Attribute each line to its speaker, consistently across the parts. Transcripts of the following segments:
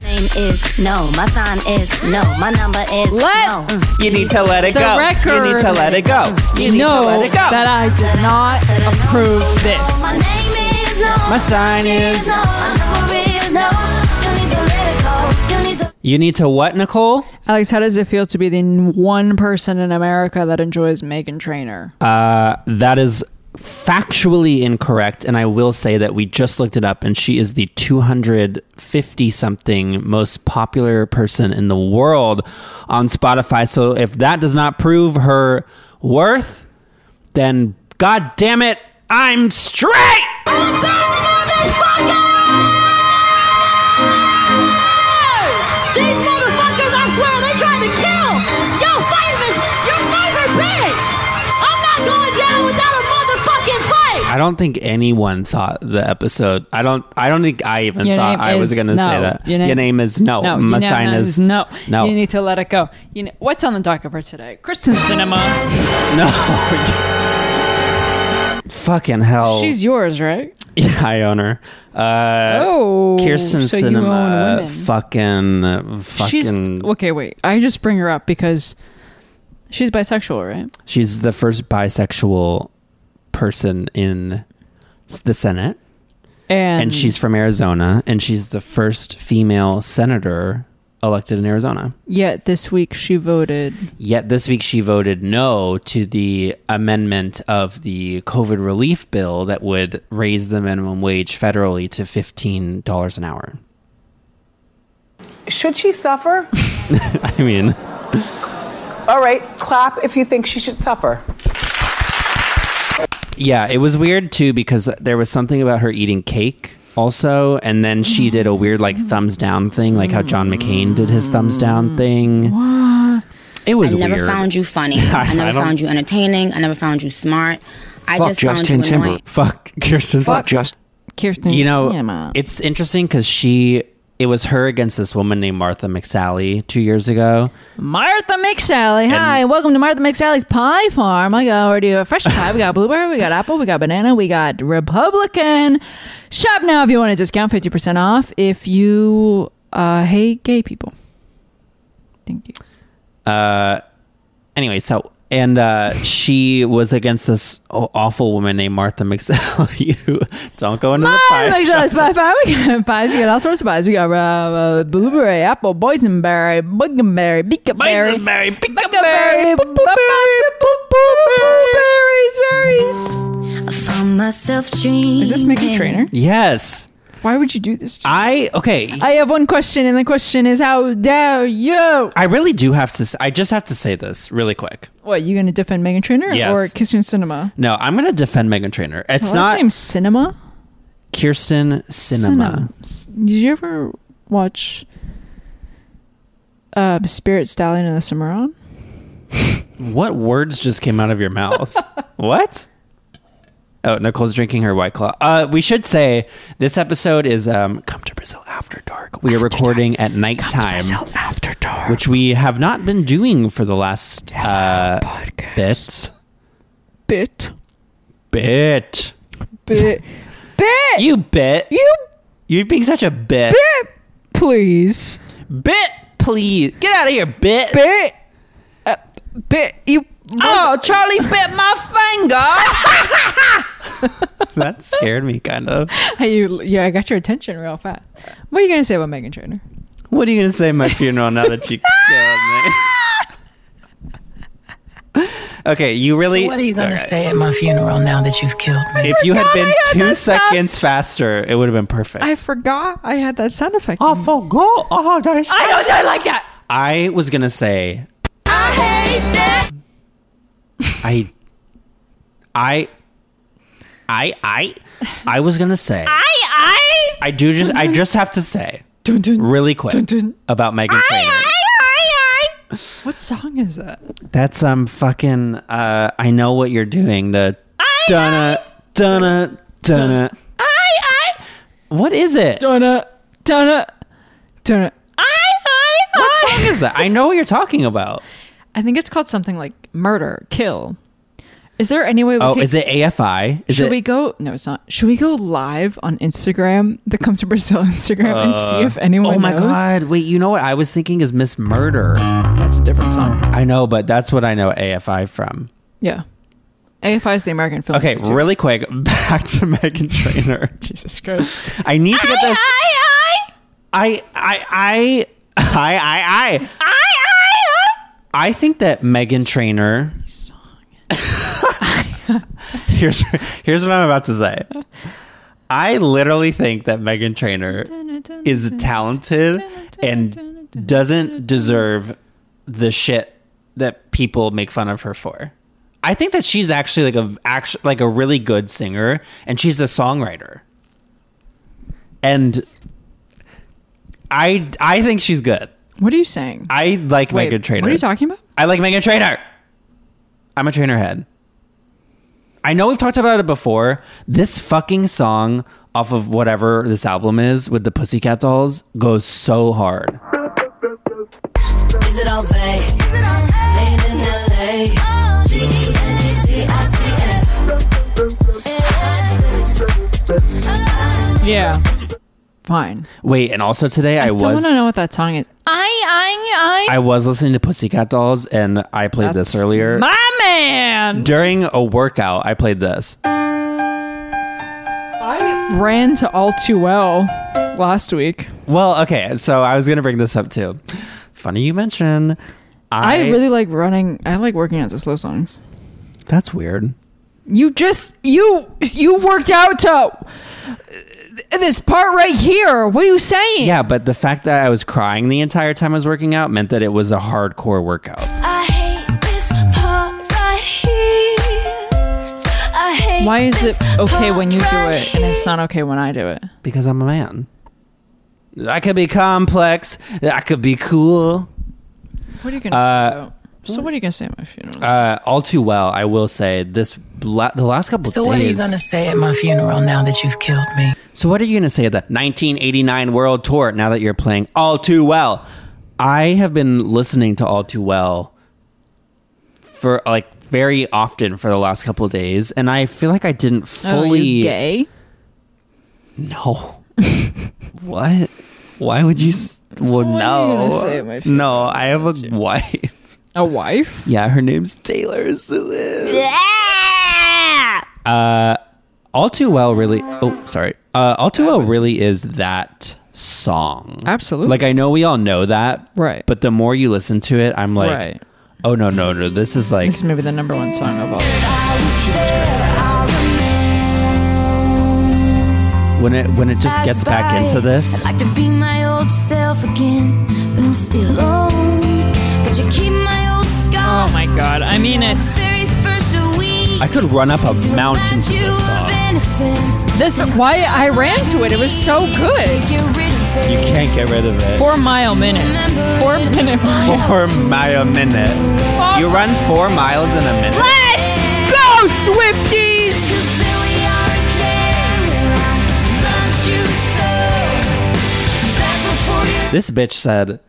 Speaker 1: name is no. My sign is no. My number is
Speaker 2: Let
Speaker 1: no. Mm.
Speaker 3: You need to let it
Speaker 2: The
Speaker 3: go.
Speaker 2: record.
Speaker 3: You need to let it go. You need to
Speaker 2: know
Speaker 3: let it go.
Speaker 2: that I did not approve
Speaker 1: My
Speaker 2: this.
Speaker 1: name is no.
Speaker 3: My sign is.
Speaker 1: no. My number is no. You need to let it go. You need to.
Speaker 3: You need to what, Nicole?
Speaker 2: Alex, how does it feel to be the one person in America that enjoys Megan Trainor?
Speaker 3: Uh, that is factually incorrect, and I will say that we just looked it up, and she is the 250 something most popular person in the world on Spotify. So if that does not prove her worth, then god damn it, I'm straight.
Speaker 4: These motherfuckers, I swear, they tried to kill your favorite, your favorite bitch. I'm not going down without a motherfucking fight.
Speaker 3: I don't think anyone thought the episode. I don't. I don't think I even
Speaker 2: Your
Speaker 3: thought
Speaker 2: name
Speaker 3: I was
Speaker 2: is
Speaker 3: going to
Speaker 2: no.
Speaker 3: say that.
Speaker 2: Your
Speaker 3: Your
Speaker 2: name-
Speaker 3: name, is no.
Speaker 2: No,
Speaker 3: My
Speaker 2: you know,
Speaker 3: sign
Speaker 2: no,
Speaker 3: is
Speaker 2: no.
Speaker 3: No.
Speaker 2: You need to let it go. You know, what's on the docket for today? Kristen Cinema.
Speaker 3: no. Fucking hell.
Speaker 2: She's yours, right?
Speaker 3: Yeah, I own her. Oh. Uh,
Speaker 2: Oh,
Speaker 3: Kirsten
Speaker 2: so you own
Speaker 3: Cinema.
Speaker 2: women.
Speaker 3: Fucking. Fucking.
Speaker 2: She's okay. Wait, I just bring her up because she's bisexual, right?
Speaker 3: she's the first bisexual person in s- the Senate.
Speaker 2: And,
Speaker 3: and she's from Arizona, and she's the first female senator elected in Arizona.
Speaker 2: yet this week she voted.
Speaker 3: Yet this week she voted no to the amendment of the COVID relief bill that would raise the minimum wage federally to $15 an hour.
Speaker 5: Should she suffer?
Speaker 3: I mean,
Speaker 5: All right, clap if you think she should suffer.
Speaker 3: yeah, it was weird too because there was something about her eating cake also and then she
Speaker 6: Mm.
Speaker 3: did a weird like thumbs down thing like how John McCain did his thumbs down thing. It was
Speaker 6: Mm. I never
Speaker 3: weird.
Speaker 6: found you funny.
Speaker 3: I-
Speaker 6: I never
Speaker 3: I don't-
Speaker 6: found you entertaining. I never found you smart. I
Speaker 7: Fuck
Speaker 6: just
Speaker 7: Justin
Speaker 6: found you annoying.
Speaker 7: Timberlake.
Speaker 3: Fuck Kirsten.
Speaker 7: Fuck Justin.
Speaker 2: Kirsten,
Speaker 3: you know
Speaker 2: Cinema.
Speaker 3: it's interesting because she it was her against this woman named martha mcsally two years ago
Speaker 2: Martha McSally. Hi, welcome to Martha McSally's Pie Farm. I got already a fresh pie. We got blueberry, we got apple, we got banana, we got Republican. Shop now if you want a discount, fifty percent off. If you uh, hate gay people, thank you.
Speaker 3: anyway so and uh, she was against this aw- awful woman named martha mcsally who don't go into
Speaker 2: Pie,
Speaker 3: the pie
Speaker 2: make sure
Speaker 3: shop.
Speaker 2: that's pie farm. We got pies. We got all sorts of pies. We got uh, uh, blueberry, apple, boysenberry, boysenberry, beaconberry,
Speaker 3: Boysenberry,
Speaker 2: beaconberry,
Speaker 3: pickleberry,
Speaker 2: boop, boop, boop, boop, boop, berries,
Speaker 1: I
Speaker 2: berries.
Speaker 1: found myself dreaming.
Speaker 2: Is this Mickey Trainer?
Speaker 3: yes
Speaker 2: Why would you do this? To
Speaker 3: i okay
Speaker 2: I
Speaker 3: I,
Speaker 2: have one question, and the question is, how dare you?
Speaker 3: really do have to s- i just have to say this really quick
Speaker 2: What you going to defend Megan Trainor
Speaker 3: Yes.
Speaker 2: or Kirsten Cinema?
Speaker 3: no i'm gonna defend megan trainor it's
Speaker 2: Last
Speaker 3: not
Speaker 2: name's Cinema.
Speaker 3: kirsten cinema
Speaker 2: Did you ever watch uh, Spirit Stallion and the Cimarron?
Speaker 3: What words just came out of your mouth? what? Oh, Nicole's drinking her white claw. Uh, we should say this episode is um, "Come to Brazil After Dark." We are recording at nighttime,
Speaker 2: After Dark.
Speaker 3: which we have not been doing for the last uh,
Speaker 2: podcast. Bit.
Speaker 3: bit. Bit.
Speaker 2: Bit. bit.
Speaker 3: You bit.
Speaker 2: You
Speaker 3: You're being such a bit.
Speaker 2: bit. Please.
Speaker 3: Bit. Please get out of here, bit.
Speaker 2: Bit. Uh, bit. You.
Speaker 3: Oh, Charlie bit my finger. that scared me, kind of.
Speaker 2: Hey, you, yeah, I got your attention real fast. What are you going to say about Megan Trainor?
Speaker 3: What are you gonna say at my funeral now that you killed me? okay, you really.
Speaker 8: What are you going to say at my funeral now that you've killed me?
Speaker 3: if you had been
Speaker 2: I had
Speaker 3: two
Speaker 2: that sound.
Speaker 3: seconds faster, it would have been perfect.
Speaker 2: I forgot I had that sound effect.
Speaker 3: forgot. Oh, that's-
Speaker 2: I don't sound like that.
Speaker 3: I was gonna say. I hate that. I. I. I. I. I was gonna say. I. I. I do just. I just have to say really quick
Speaker 2: dun.
Speaker 3: about Megan Trainor.
Speaker 2: What song is that?
Speaker 3: That's um fucking uh I know what you're doing. The dunna dunna dunna I I What is it?
Speaker 2: Donna, Donna, Donna. I, I,
Speaker 3: What song is that? I know what you're talking about.
Speaker 2: I think it's called something like Murder, Kill, Is there any way we
Speaker 3: Oh,
Speaker 2: could-
Speaker 3: is it AFI? Is
Speaker 2: should
Speaker 3: it,
Speaker 2: we go? No, it's not. Should we go live on Instagram, the Come to Brazil Instagram, and see if anyone
Speaker 3: Oh my
Speaker 2: knows?
Speaker 3: god! Wait, you know what I was thinking is Miss Murder.
Speaker 2: That's a different song.
Speaker 3: I know, but that's what I know AFI from.
Speaker 2: Yeah. AFI is the American Film
Speaker 3: Okay,
Speaker 2: Institute.
Speaker 3: really quick, back to Megan Trainer.
Speaker 2: Jesus Christ.
Speaker 3: I need to get this.
Speaker 2: I,
Speaker 3: I I I I I I I think that Megan Trainer. here's here's what I'm about to say. I literally think that Megan Trainer is talented and doesn't deserve the shit that people make fun of her for. I think that she's actually like a act, like a really good singer and she's a songwriter. And I I think she's good.
Speaker 2: What are you saying?
Speaker 3: I like
Speaker 2: Wait,
Speaker 3: Megan Trainer.
Speaker 2: What are you talking about?
Speaker 3: I like Megan Trainer. I'm a trainer head. I know we've talked about it before. This fucking song off of whatever this album is with the Pussycat Dolls goes so hard.
Speaker 1: Is it all fake? Oh, E Made in LA.
Speaker 2: Yeah. Fine.
Speaker 3: Wait, and also today I,
Speaker 2: I, still
Speaker 3: was
Speaker 2: want to know what that song is. I, I, I.
Speaker 3: I was listening to Pussycat Dolls and I played this
Speaker 2: That's
Speaker 3: earlier.
Speaker 2: My man.
Speaker 3: During a workout, I played this.
Speaker 2: I ran to All Too Well last week.
Speaker 3: Well, okay, so I was gonna bring this up too. Funny you mention.
Speaker 2: I, really like running. I like working out to slow songs.
Speaker 3: That's weird.
Speaker 2: You just you you worked out to uh, this part right here. What are you saying?
Speaker 3: Yeah, but the fact that I was crying the entire time I was working out meant that it was a hardcore workout.
Speaker 7: I hate this part right here. I hate
Speaker 2: Why is
Speaker 7: this
Speaker 2: it okay
Speaker 7: part
Speaker 2: when you do
Speaker 7: right
Speaker 2: it and it's not okay when I do it?
Speaker 3: Because I'm a man. I could be complex. I could be cool.
Speaker 2: What are you gonna
Speaker 3: Uh,
Speaker 2: say? About? So what are you gonna say at my funeral?
Speaker 3: Uh, all too well, I will say this. La- the last couple
Speaker 8: So
Speaker 3: days.
Speaker 8: what are you gonna say at my funeral now that you've killed me?
Speaker 3: So what are you going to say at that 1989 World Tour now that you're playing All Too Well? I have been listening to All Too Well for like very often for the last couple of days and I feel like I didn't
Speaker 2: oh,
Speaker 3: fully
Speaker 2: you gay?
Speaker 3: No. what? Why would you s- well
Speaker 2: what are you gonna say at
Speaker 3: no.
Speaker 2: my funeral?
Speaker 3: No, I have a wife.
Speaker 2: A wife?
Speaker 3: Yeah, her name's Taylor Swift. Uh, All Too Well really. Oh, sorry. Uh, All Too Well really is that song.
Speaker 2: Absolutely.
Speaker 3: Like I know we all know that.
Speaker 2: Right.
Speaker 3: But the more you listen to it, I'm like,
Speaker 2: Right.
Speaker 3: oh no no no, this is like
Speaker 2: This is maybe the number one song of all. time.
Speaker 3: when it when it just gets back into this.
Speaker 1: I'd like to be my old self again, but I'm still alone. But you keep my old scar.
Speaker 2: Oh my god! I mean, it's
Speaker 1: Very first week.
Speaker 3: I could run up a
Speaker 1: It
Speaker 3: mountain
Speaker 1: reminds
Speaker 3: to
Speaker 1: you
Speaker 3: this
Speaker 1: of
Speaker 3: song.
Speaker 1: innocence.
Speaker 2: this. Why I ran to it? It was so good.
Speaker 1: Get rid of it.
Speaker 3: You can't get rid of it.
Speaker 2: Four mile minute.
Speaker 1: Remember
Speaker 2: Four
Speaker 1: it.
Speaker 2: minute.
Speaker 3: Four mile a minute. You run four miles in a minute.
Speaker 2: Let's go, Swifties!
Speaker 1: Cause there we are again, and I loved you so. Back before you
Speaker 3: This bitch said,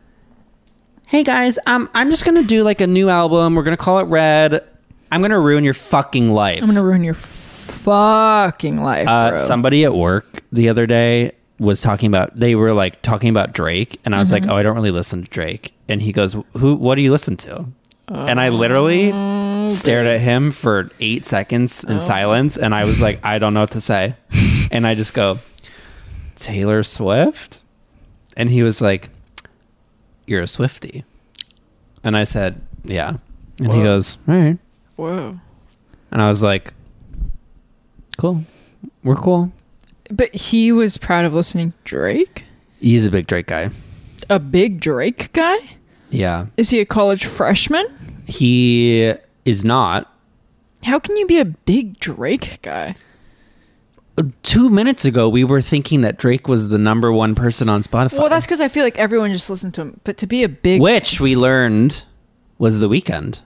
Speaker 3: "Hey guys, um, I'm just gonna do like a new album. We're gonna call it Red. I'm gonna ruin your fucking life."
Speaker 2: I'm gonna ruin your fucking life,
Speaker 3: uh,
Speaker 2: bro.
Speaker 3: somebody at work the other day was talking about. They were like talking about Drake, and I was like, "Oh, I don't really listen to Drake." And he goes, "Who? What do you listen to?" and I literally stared at him for eight seconds in silence, and I was like, "I don't know what to say," and I just go, "Taylor Swift," and he was like, "You're a Swifty," and I said, "Yeah," and he goes, "All right."
Speaker 2: Whoa.
Speaker 3: And I was like, cool. We're cool.
Speaker 2: But he was proud of listening Drake?
Speaker 3: He's a big Drake guy.
Speaker 2: A big Drake guy?
Speaker 3: Yeah.
Speaker 2: Is he a college freshman?
Speaker 3: He is not.
Speaker 2: How can you be a big Drake guy?
Speaker 3: Two minutes ago, we were thinking that Drake was the number one person on Spotify.
Speaker 2: Well, that's because I feel like everyone just listened to him. But to be a big
Speaker 3: which we learned was the weekend.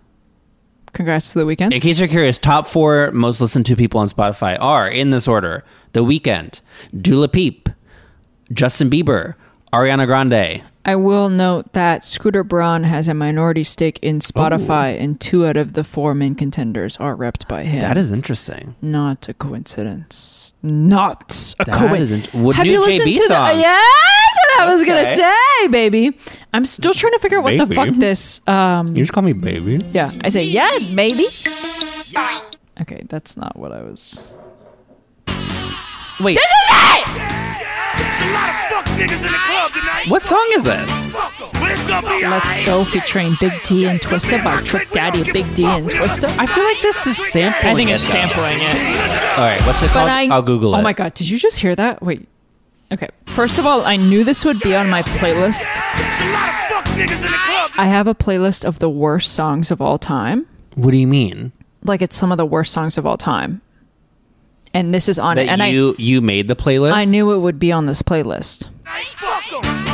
Speaker 2: congrats to the weekend.
Speaker 3: In case you're curious, top four most listened to people on Spotify are in this order: The Weekend, Dula Peep, Justin Bieber, Ariana Grande,
Speaker 2: I will note that Scooter Braun has a minority stake in Spotify, and two out of the four main contenders are repped by him.
Speaker 3: Oh. That is interesting.
Speaker 2: not a coincidence. Not a
Speaker 3: That
Speaker 2: coincidence.
Speaker 3: is int- Well, new JB song.
Speaker 2: the? Yes, what I was gonna
Speaker 3: Okay.
Speaker 2: say, baby. I'm still trying to figure out what the
Speaker 3: Baby.
Speaker 2: fuck this. Um,
Speaker 3: You just call me baby.
Speaker 2: yeah, I say yeah, baby. Okay, that's not what I was.
Speaker 3: Wait. This is it! What song is this?
Speaker 2: Let's go featuring Big T and Twista by Trick Daddy, Big D and Twista.
Speaker 3: I feel like this is sampling.
Speaker 9: I think
Speaker 3: it,
Speaker 9: it's
Speaker 3: though.
Speaker 9: sampling it.
Speaker 3: All right, what's it called?
Speaker 2: But I,
Speaker 3: I'll Google it.
Speaker 2: Oh my god, did you just hear that? Wait. Okay. First of all, I knew this would be on my playlist. I have a playlist of the worst songs of all time.
Speaker 3: What do you mean?
Speaker 2: Like it's some of the worst songs of all time. And this is on
Speaker 3: That
Speaker 2: it. And
Speaker 3: you you made the playlist?
Speaker 2: I I knew it would be on this playlist.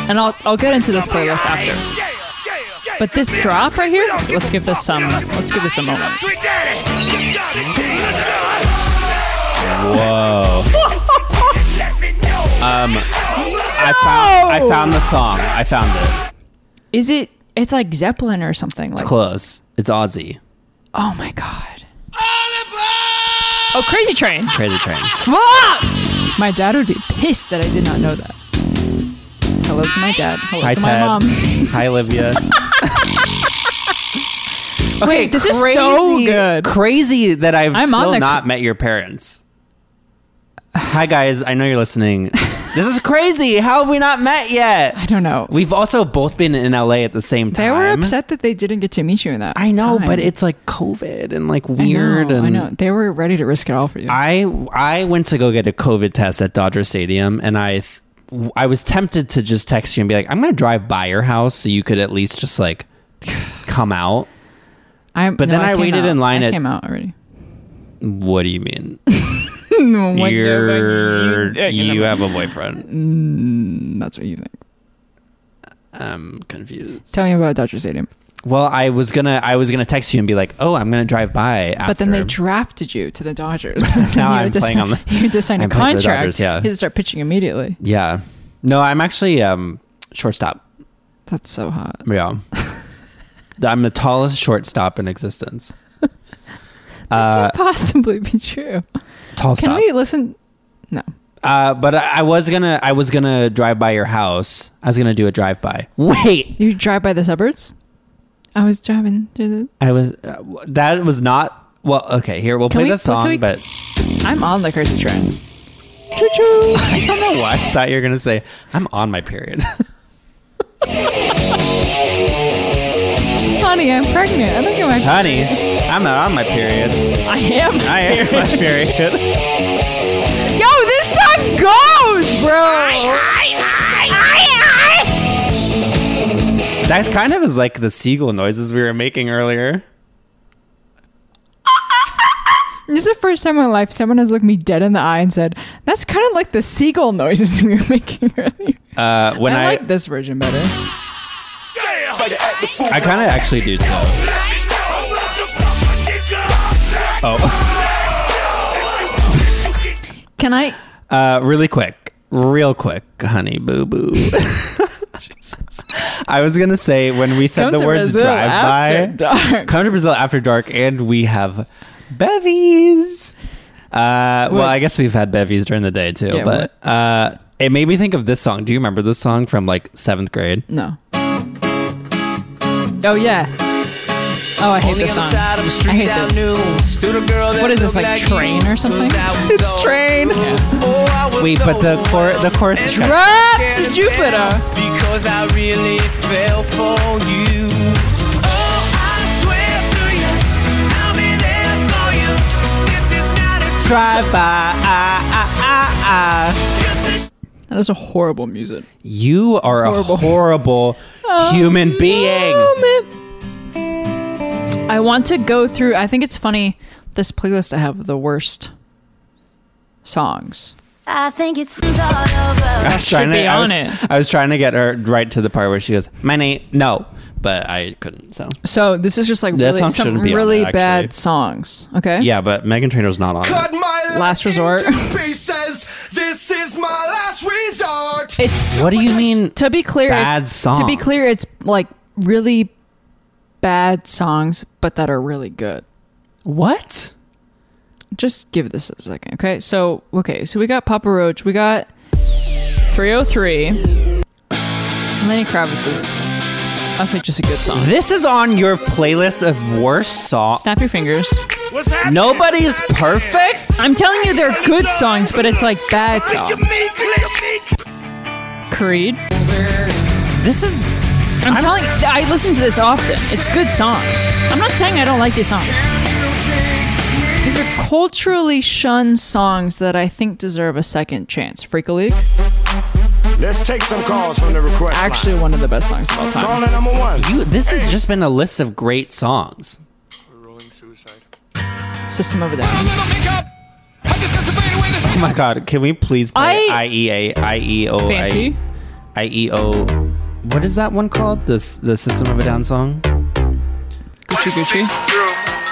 Speaker 2: And I'll I'll get into this playlist after. But this drop right here, let's give this some let's give this a moment.
Speaker 3: Whoa. um, I found I found the song. I found it.
Speaker 2: Is it it's like Zeppelin or something like
Speaker 3: Close. It's Aussie.
Speaker 2: Oh my god. Oh, Crazy Train.
Speaker 3: Crazy Train.
Speaker 2: Fuck! My dad would be pissed that I did not know that. Hello to my dad. Hello
Speaker 3: Hi
Speaker 2: to my
Speaker 3: Ted.
Speaker 2: mom.
Speaker 3: Hi Olivia.
Speaker 2: Wait, this is so
Speaker 3: Crazy-
Speaker 2: good.
Speaker 3: Crazy that I've
Speaker 2: I'm on
Speaker 3: still
Speaker 2: the-
Speaker 3: not met your parents. Hi guys, I know you're listening. this is crazy. How have we not met yet?
Speaker 2: I don't know.
Speaker 3: We've also both been in LA at the same time.
Speaker 2: they were upset that they didn't get to meet you in that.
Speaker 3: I know,
Speaker 2: time.
Speaker 3: but it's like COVID and like
Speaker 2: I know,
Speaker 3: weird and
Speaker 2: I know. They were ready to risk it all for you.
Speaker 3: I I went to go get a COVID test at Dodger Stadium, and I th- I was tempted to just text you and be like, "I'm going to drive by your house so you could at least just like come out."
Speaker 2: I'm,
Speaker 3: but
Speaker 2: no,
Speaker 3: then I
Speaker 2: came
Speaker 3: waited
Speaker 2: out.
Speaker 3: in line
Speaker 2: I
Speaker 3: at-
Speaker 2: came out already.
Speaker 3: What do you mean?
Speaker 2: What the
Speaker 3: You're
Speaker 2: fuck?
Speaker 3: you have a boyfriend?
Speaker 2: That's what you think.
Speaker 3: I'm confused.
Speaker 2: Tell me about Dodger Stadium.
Speaker 3: Well, I was gonna I was gonna text you and be like, "Oh, I'm going to drive by." After.
Speaker 2: But then they drafted you to the Dodgers. now you
Speaker 3: I'm
Speaker 2: had to
Speaker 3: playing
Speaker 2: sign,
Speaker 3: on the-
Speaker 2: You had to sign
Speaker 3: I'm
Speaker 2: a
Speaker 3: playing for the
Speaker 2: contract.
Speaker 3: Dodgers, yeah.
Speaker 2: You had to start pitching immediately.
Speaker 3: yeah. No, I'm actually um shortstop.
Speaker 2: That's so hot.
Speaker 3: Yeah. I'm the tallest shortstop in existence.
Speaker 2: Possibly be true.
Speaker 3: Tall
Speaker 2: Can
Speaker 3: stop.
Speaker 2: we listen? No.
Speaker 3: Uh, but I, I was gonna, I was gonna drive by your house. I was gonna do a drive by. Wait,
Speaker 2: You drive by the suburbs? I was driving through the.
Speaker 3: I was. Uh, w- that was not. Well, okay. Here we'll
Speaker 2: Can
Speaker 3: play
Speaker 2: we-
Speaker 3: the song,
Speaker 2: can we-
Speaker 3: but
Speaker 2: I'm on the crazy train.
Speaker 3: I don't know why. Oh, I thought you were gonna say I'm on my period.
Speaker 2: Honey, I'm pregnant. I don't get my.
Speaker 3: Honey, I'm not on my period.
Speaker 2: I am.
Speaker 3: I am my period.
Speaker 2: Yo, this song goes, bro.
Speaker 3: That kind of is like the seagull noises we were making earlier.
Speaker 2: This is the first time in my life someone has looked me dead in the eye and said, "That's kind of like the seagull noises we were making earlier."
Speaker 3: Uh, when
Speaker 2: I,
Speaker 3: I,
Speaker 2: like this version better.
Speaker 3: I kind of actually do too. Oh,
Speaker 2: Can I?
Speaker 3: uh, really quick, real quick, honey boo boo. I was gonna say when we said
Speaker 2: Come
Speaker 3: the
Speaker 2: to
Speaker 3: words
Speaker 2: Brazil
Speaker 3: drive
Speaker 2: after
Speaker 3: by,
Speaker 2: dark.
Speaker 3: come to Brazil after dark, and we have bevies. Uh, well,
Speaker 2: What?
Speaker 3: I guess we've had bevies during the day too,
Speaker 2: Yeah,
Speaker 3: but uh, it made me think of this song. Do you remember this song from like seventh grade?
Speaker 2: No. Oh yeah. Oh, I hate this song.
Speaker 10: I
Speaker 2: hate this. What is this, like, train or something?
Speaker 3: It's Train.
Speaker 10: Oh,
Speaker 3: Wait, but the cor- the chorus is kind of-
Speaker 2: Raps to Jupiter.
Speaker 10: Because I really fell for you. Oh, I swear to you, I'll be there for you. This is not a
Speaker 3: drive by. ah, ah, ah, ah.
Speaker 2: That is a horrible music.
Speaker 3: You are a
Speaker 2: Horrible. Oh,
Speaker 3: horrible human being.
Speaker 2: Moment. I want to go through. I think it's funny. This playlist I have the worst songs.
Speaker 1: I think it's all over.
Speaker 3: I was
Speaker 2: should
Speaker 3: trying
Speaker 2: be
Speaker 3: to, I
Speaker 2: on
Speaker 3: was,
Speaker 2: it.
Speaker 3: I was trying to get her right to the part where she goes, "My name, no," but I couldn't. So
Speaker 2: So this is just like
Speaker 3: That
Speaker 2: really,
Speaker 3: song
Speaker 2: some
Speaker 3: shouldn't be on
Speaker 2: really
Speaker 3: there, actually.
Speaker 2: bad songs. Okay.
Speaker 3: yeah, but Megan Trainor's not on. it.
Speaker 10: Cut my life
Speaker 2: Last resort.
Speaker 10: into pieces. This is my last resort.
Speaker 2: It's
Speaker 3: What do you mean?
Speaker 2: to be clear.
Speaker 3: Bad
Speaker 2: To be
Speaker 3: songs.
Speaker 2: clear, it's like really bad songs, but that are really good.
Speaker 3: what?
Speaker 2: Just give this a second, okay? So okay, so we got Papa Roach, we got 303, Lenny Kravitz is honestly just a good song.
Speaker 3: This is on your playlist of worst songs.
Speaker 2: Snap your fingers.
Speaker 10: What's happening?
Speaker 3: Nobody's perfect.
Speaker 2: I'm telling you, they're good songs, but it's like bad
Speaker 10: Lick
Speaker 2: songs.
Speaker 10: me, lick me.
Speaker 2: Creed.
Speaker 3: This is.
Speaker 2: I'm telling. I listen to this often. It's good songs. I'm not saying I don't like these songs. These are culturally shunned songs that I think deserve a second chance. Freak a League,
Speaker 9: Let's take some calls from the request. line.
Speaker 2: actually one of the best songs of all time.
Speaker 9: Caller number one.
Speaker 3: You, this has just been a list of great songs.
Speaker 2: System of a Down.
Speaker 3: Oh my god! Can we please play
Speaker 2: I-
Speaker 3: I E A I E O
Speaker 2: Fancy.
Speaker 3: I I E O? What is that one called? This the System of a Down song.
Speaker 2: Gucci Gucci.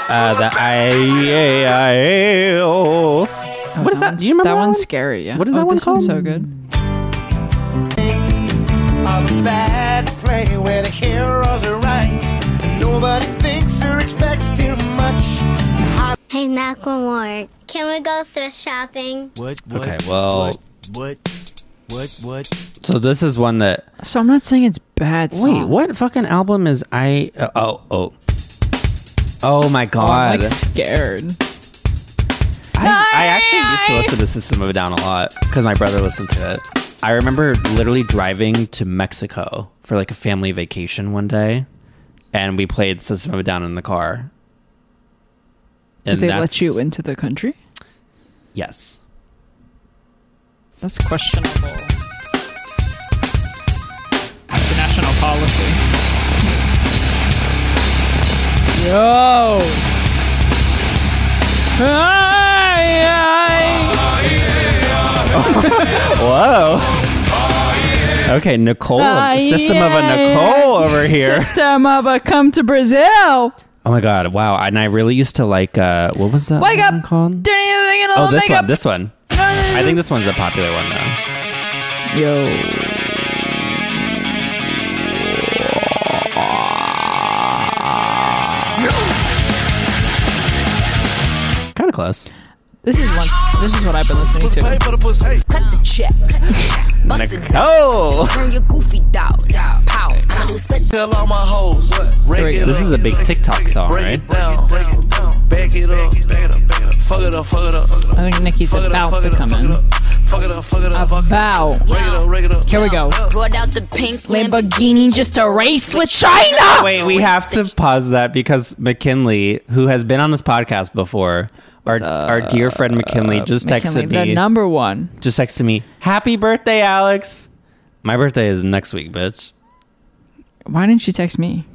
Speaker 3: Uh, the I E A I E O. What is that? Do you remember
Speaker 2: that
Speaker 3: that
Speaker 2: one's
Speaker 3: one?
Speaker 2: scary. Yeah.
Speaker 3: What is
Speaker 2: oh,
Speaker 3: that one
Speaker 2: this one's so
Speaker 3: called?
Speaker 2: good.
Speaker 9: A bad play where the heroes are right. Nobody thinks or expects too much.
Speaker 1: Hey, Macklemore, can we go thrift shopping?
Speaker 3: Okay, well. What? What? What? So this is one that.
Speaker 2: So I'm not saying it's bad. Song.
Speaker 3: Wait, what fucking album is I? Uh, oh, oh, oh my
Speaker 2: I'm
Speaker 3: god!
Speaker 2: like scared.
Speaker 3: I, I actually used to listen to System of a Down a lot because my brother listened to it. I remember literally driving to Mexico for like a family vacation one day, and we played System of a Down in the car.
Speaker 2: Did they let
Speaker 3: that's-
Speaker 2: you into the country?
Speaker 3: Yes.
Speaker 2: That's questionable. That's a national policy. Yo! Ay, ay.
Speaker 3: Whoa. Okay, Nicole.
Speaker 2: Ah,
Speaker 3: system of
Speaker 2: yeah,
Speaker 3: a Nicole
Speaker 2: yeah.
Speaker 3: over here.
Speaker 2: System of a come to Brazil.
Speaker 3: Oh my god! Wow, and I really used to like. uh What was that
Speaker 2: Wake
Speaker 3: one
Speaker 2: up.
Speaker 3: called?
Speaker 2: Do anything at all.
Speaker 3: Oh, this
Speaker 2: Make
Speaker 3: one.
Speaker 2: up-
Speaker 3: This one. I think this one's a popular one though.
Speaker 2: Yo.
Speaker 3: Kind of close.
Speaker 2: This is one. This is what I've been listening to.
Speaker 7: Cut the check. Cut the check. Bust it down.
Speaker 3: Oh.
Speaker 7: Turn your goofy dog. Pow. I'm a new stud.
Speaker 9: Tell all my hoes.
Speaker 2: we go.
Speaker 3: This is a big TikTok song, right?
Speaker 9: down. Break it down. Back it up. Back it up. Back it up. Fuck it up. Fuck it up.
Speaker 2: I think Nikki's about to come in.
Speaker 9: Fuck it up. Fuck it up. Fuck it up.
Speaker 2: About.
Speaker 9: Break it up. Break it up.
Speaker 2: Here we go.
Speaker 7: Brought out the pink Lamborghini.
Speaker 2: Lamborghini just a race with China.
Speaker 3: Wait, we have to pause that because McKinley, who has been on this podcast before, our, our dear friend McKinley just
Speaker 2: McKinley,
Speaker 3: texted
Speaker 2: the
Speaker 3: me.
Speaker 2: number one.
Speaker 3: just texted me, "Happy birthday, Alex." My birthday is next week, bitch.
Speaker 2: Why didn't she text me?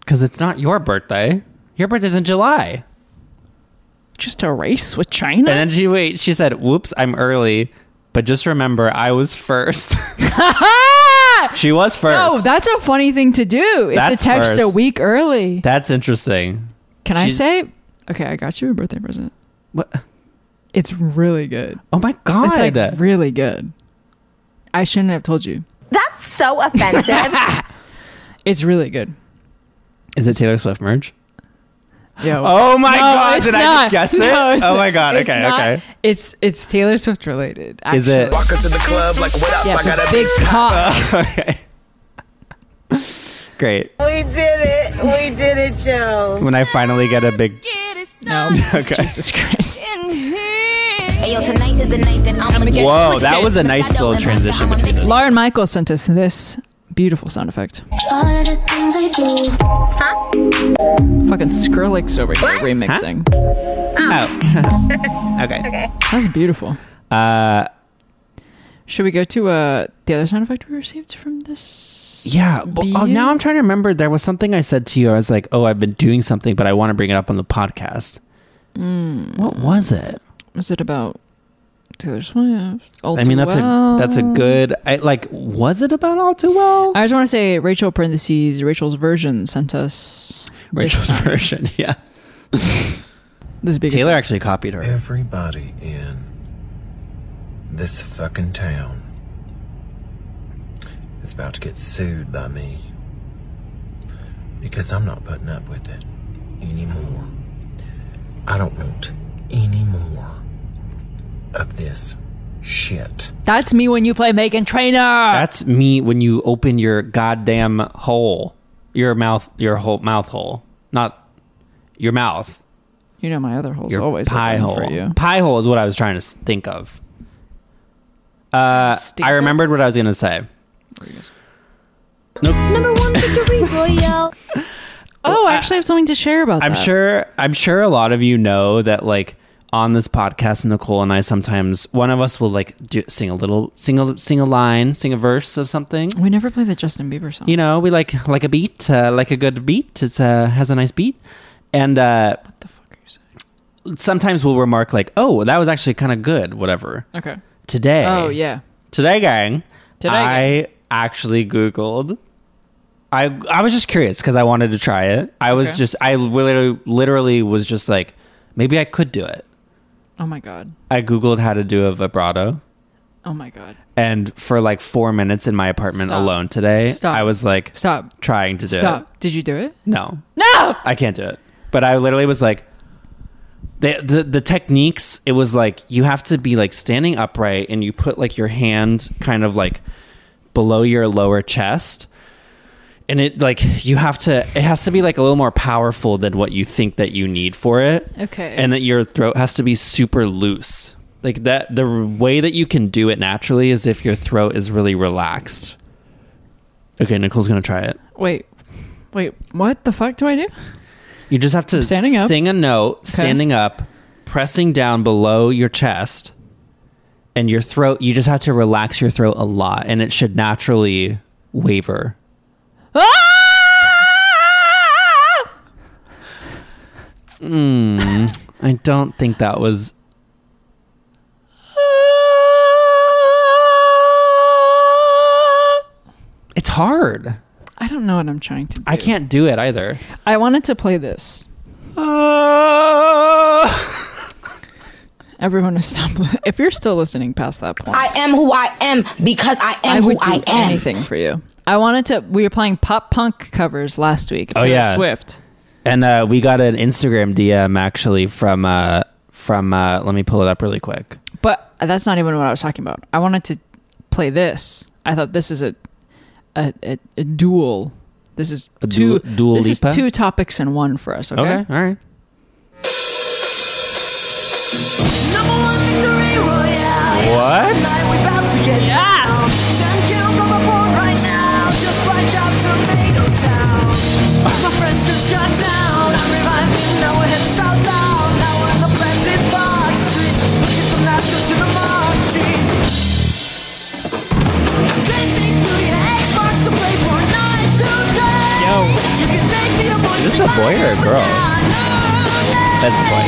Speaker 3: Because it's not your birthday. Your birthday's in July.
Speaker 2: Just a race with China?
Speaker 3: And then she wait. She said, "Whoops, I'm early." But just remember, I was first. she was first.
Speaker 2: no, that's a funny thing to do. Is
Speaker 3: That's
Speaker 2: to text a
Speaker 3: first.
Speaker 2: week early.
Speaker 3: that's interesting.
Speaker 2: Can I
Speaker 3: she's-
Speaker 2: say? Okay, I got you a birthday present.
Speaker 3: What?
Speaker 2: It's really good.
Speaker 3: Oh my god!
Speaker 2: It's like really good. I shouldn't have told you.
Speaker 1: That's so offensive.
Speaker 2: It's really good.
Speaker 3: is it Taylor Swift merch?
Speaker 2: Yo.
Speaker 3: Oh my god!
Speaker 2: it's
Speaker 3: Did I
Speaker 2: not.
Speaker 3: just guess it?
Speaker 2: No, it's-
Speaker 3: oh my god!
Speaker 2: it's
Speaker 3: Okay,
Speaker 2: not.
Speaker 3: okay.
Speaker 2: It's it's Taylor Swift related.
Speaker 3: Is it-
Speaker 2: actually.
Speaker 9: Welcome to the club. Like, what up?
Speaker 2: Yeah,
Speaker 9: I got
Speaker 2: the
Speaker 9: a
Speaker 2: big cock.
Speaker 3: okay. Great.
Speaker 4: We did it. We did it, Joe.
Speaker 3: When I finally get a big
Speaker 2: No,
Speaker 3: Okay.
Speaker 2: Jesus Christ.
Speaker 7: Hey, yo, tonight is the night that I'm gonna get
Speaker 3: Whoa,
Speaker 7: twisted.
Speaker 3: that was a nice
Speaker 7: Cause I
Speaker 3: little
Speaker 7: don't
Speaker 3: transition
Speaker 7: remember how I
Speaker 3: between
Speaker 7: mixed
Speaker 2: Lauren Michael sent us this beautiful sound effect.
Speaker 1: all of the things I do.
Speaker 2: Fucking Skrillex over here remixing.
Speaker 3: Oh. okay.
Speaker 2: That's beautiful.
Speaker 3: Uh
Speaker 2: Should we go to uh, the other sound effect we received from this?
Speaker 3: yeah, but, oh, now I'm trying to remember there was something I said to you. I was like, "Oh, I've been doing something, but I
Speaker 2: Mm.
Speaker 3: want to bring it up on the podcast." What was it?
Speaker 2: Was it about Taylor Swift. All
Speaker 3: I mean,
Speaker 2: Too
Speaker 3: that's
Speaker 2: Well.
Speaker 3: a that's a good. I, like, was it about all too well?
Speaker 2: I just want to say Rachel parentheses Rachel's version sent us
Speaker 3: Rachel's
Speaker 2: this, time,
Speaker 3: version, yeah.
Speaker 2: this big
Speaker 3: Taylor actually copied her.
Speaker 9: Everybody in this fucking town is about to get sued by me because I'm not putting up with it anymore. I don't want any more of this shit.
Speaker 2: That's me when you play Megan Trainer.
Speaker 3: That's me when you open your goddamn hole, your mouth, your whole mouth hole, not your mouth,
Speaker 2: you know my other hole's
Speaker 3: your
Speaker 2: always
Speaker 3: pie
Speaker 2: open
Speaker 3: hole.
Speaker 2: for you.
Speaker 3: Pie hole is what I was trying to s- think of. Uh,
Speaker 2: Stink
Speaker 3: I
Speaker 2: of?
Speaker 3: remembered what I was gonna say.
Speaker 7: Number one victory royale.
Speaker 2: Oh, I actually have something to share about
Speaker 3: I'm
Speaker 2: that.
Speaker 3: sure I'm sure a lot of you know that like on this podcast Nicole and I sometimes one of us will like do, sing a little sing a sing a line, sing a verse of something.
Speaker 2: we never play the Justin Bieber song.
Speaker 3: You know, we like like a beat, uh, like a good beat. It's uh, has a nice beat. And uh,
Speaker 2: what the fuck are you saying?
Speaker 3: sometimes we'll remark like, "Oh, that was actually kind of good, whatever."
Speaker 2: Okay.
Speaker 3: Today.
Speaker 2: Oh yeah.
Speaker 3: Today, gang.
Speaker 2: Today,
Speaker 3: I actually googled. I I was just curious because I wanted to try it. I was
Speaker 2: Okay.
Speaker 3: just I literally literally was just like, maybe I could do it.
Speaker 2: Oh my god.
Speaker 3: I googled how to do a vibrato,
Speaker 2: Oh my god.
Speaker 3: and for like four minutes in my apartment
Speaker 2: Stop.
Speaker 3: alone today,
Speaker 2: Stop.
Speaker 3: I was like,
Speaker 2: Stop.
Speaker 3: trying to do it.
Speaker 2: Stop. Did you do it?
Speaker 3: No,
Speaker 2: No.
Speaker 3: I can't do it. But I literally was like, the, the the techniques. It was like you have to be like standing upright, and you put like your hand kind of like below your lower chest, and it like you have to. It has to be like a little more powerful than what you think that you need for it.
Speaker 2: Okay.
Speaker 3: and that your throat has to be super loose. Like that, the way that you can do it naturally is if your throat is really relaxed. Okay, Nicole's gonna try it.
Speaker 2: Wait. Wait. What the fuck do I do?
Speaker 3: You just have to
Speaker 2: standing up.
Speaker 3: sing a note, standing up, pressing down below your chest, and your throat. You just have to relax your throat a lot, and it should naturally waver.
Speaker 2: Ah!
Speaker 3: I don't think that was. It's hard.
Speaker 2: I don't know what I'm trying to do.
Speaker 3: I can't do it either.
Speaker 2: I wanted to play this. Ah. Everyone is stop. li- If you're still listening past that point,
Speaker 6: I am who I am because I am
Speaker 2: I
Speaker 6: who
Speaker 2: would do
Speaker 6: I am.
Speaker 2: anything for you. I wanted to. We were playing pop punk covers last week.
Speaker 3: Oh,
Speaker 2: Taylor
Speaker 3: yeah.
Speaker 2: Swift.
Speaker 3: And uh, we got an Instagram DM actually from uh, from. Uh, let me pull it up really quick.
Speaker 2: But that's not even what I was talking about. I wanted to play this. I thought this is a a, a, a duel. This is
Speaker 3: A
Speaker 2: two
Speaker 3: du- Dua
Speaker 2: this
Speaker 3: Lipa?
Speaker 2: is two topics in one for us. Okay.
Speaker 3: okay all right.
Speaker 1: Number one victory royale.
Speaker 3: What?
Speaker 1: Tonight we're about to get down. Ten kills on the board right now. Just like down Tomato Town. My friends just got down. I'm reviving. Now we're heading southbound. Now we're in the blended box street. Looking from Nashville to the March Street. Take me to your Xbox to play Fortnite today.
Speaker 3: Yo.
Speaker 1: You can take me to Boise.
Speaker 3: Is this a boy or a girl? That's a boy.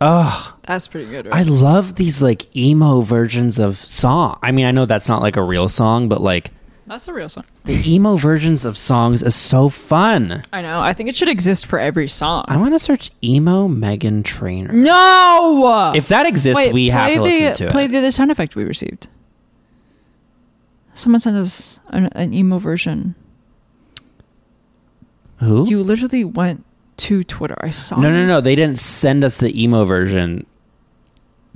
Speaker 2: That's pretty good.
Speaker 3: I
Speaker 2: Right?
Speaker 3: love these like emo versions of song. I mean, I know that's not like a real song, but like
Speaker 2: that's a real song.
Speaker 3: the emo versions of songs is so fun.
Speaker 2: I know. I think it should exist for every song.
Speaker 3: I want to search emo Megan Trainer.
Speaker 2: no.
Speaker 3: If that exists,
Speaker 2: Wait,
Speaker 3: we have
Speaker 2: play
Speaker 3: to
Speaker 2: the,
Speaker 3: listen to
Speaker 2: play
Speaker 3: it.
Speaker 2: the other sound effect we received. Someone sent us an, an emo version.
Speaker 3: Who?
Speaker 2: You literally went to Twitter. I saw.
Speaker 3: no, no,
Speaker 2: you.
Speaker 3: no. They didn't send us the emo version.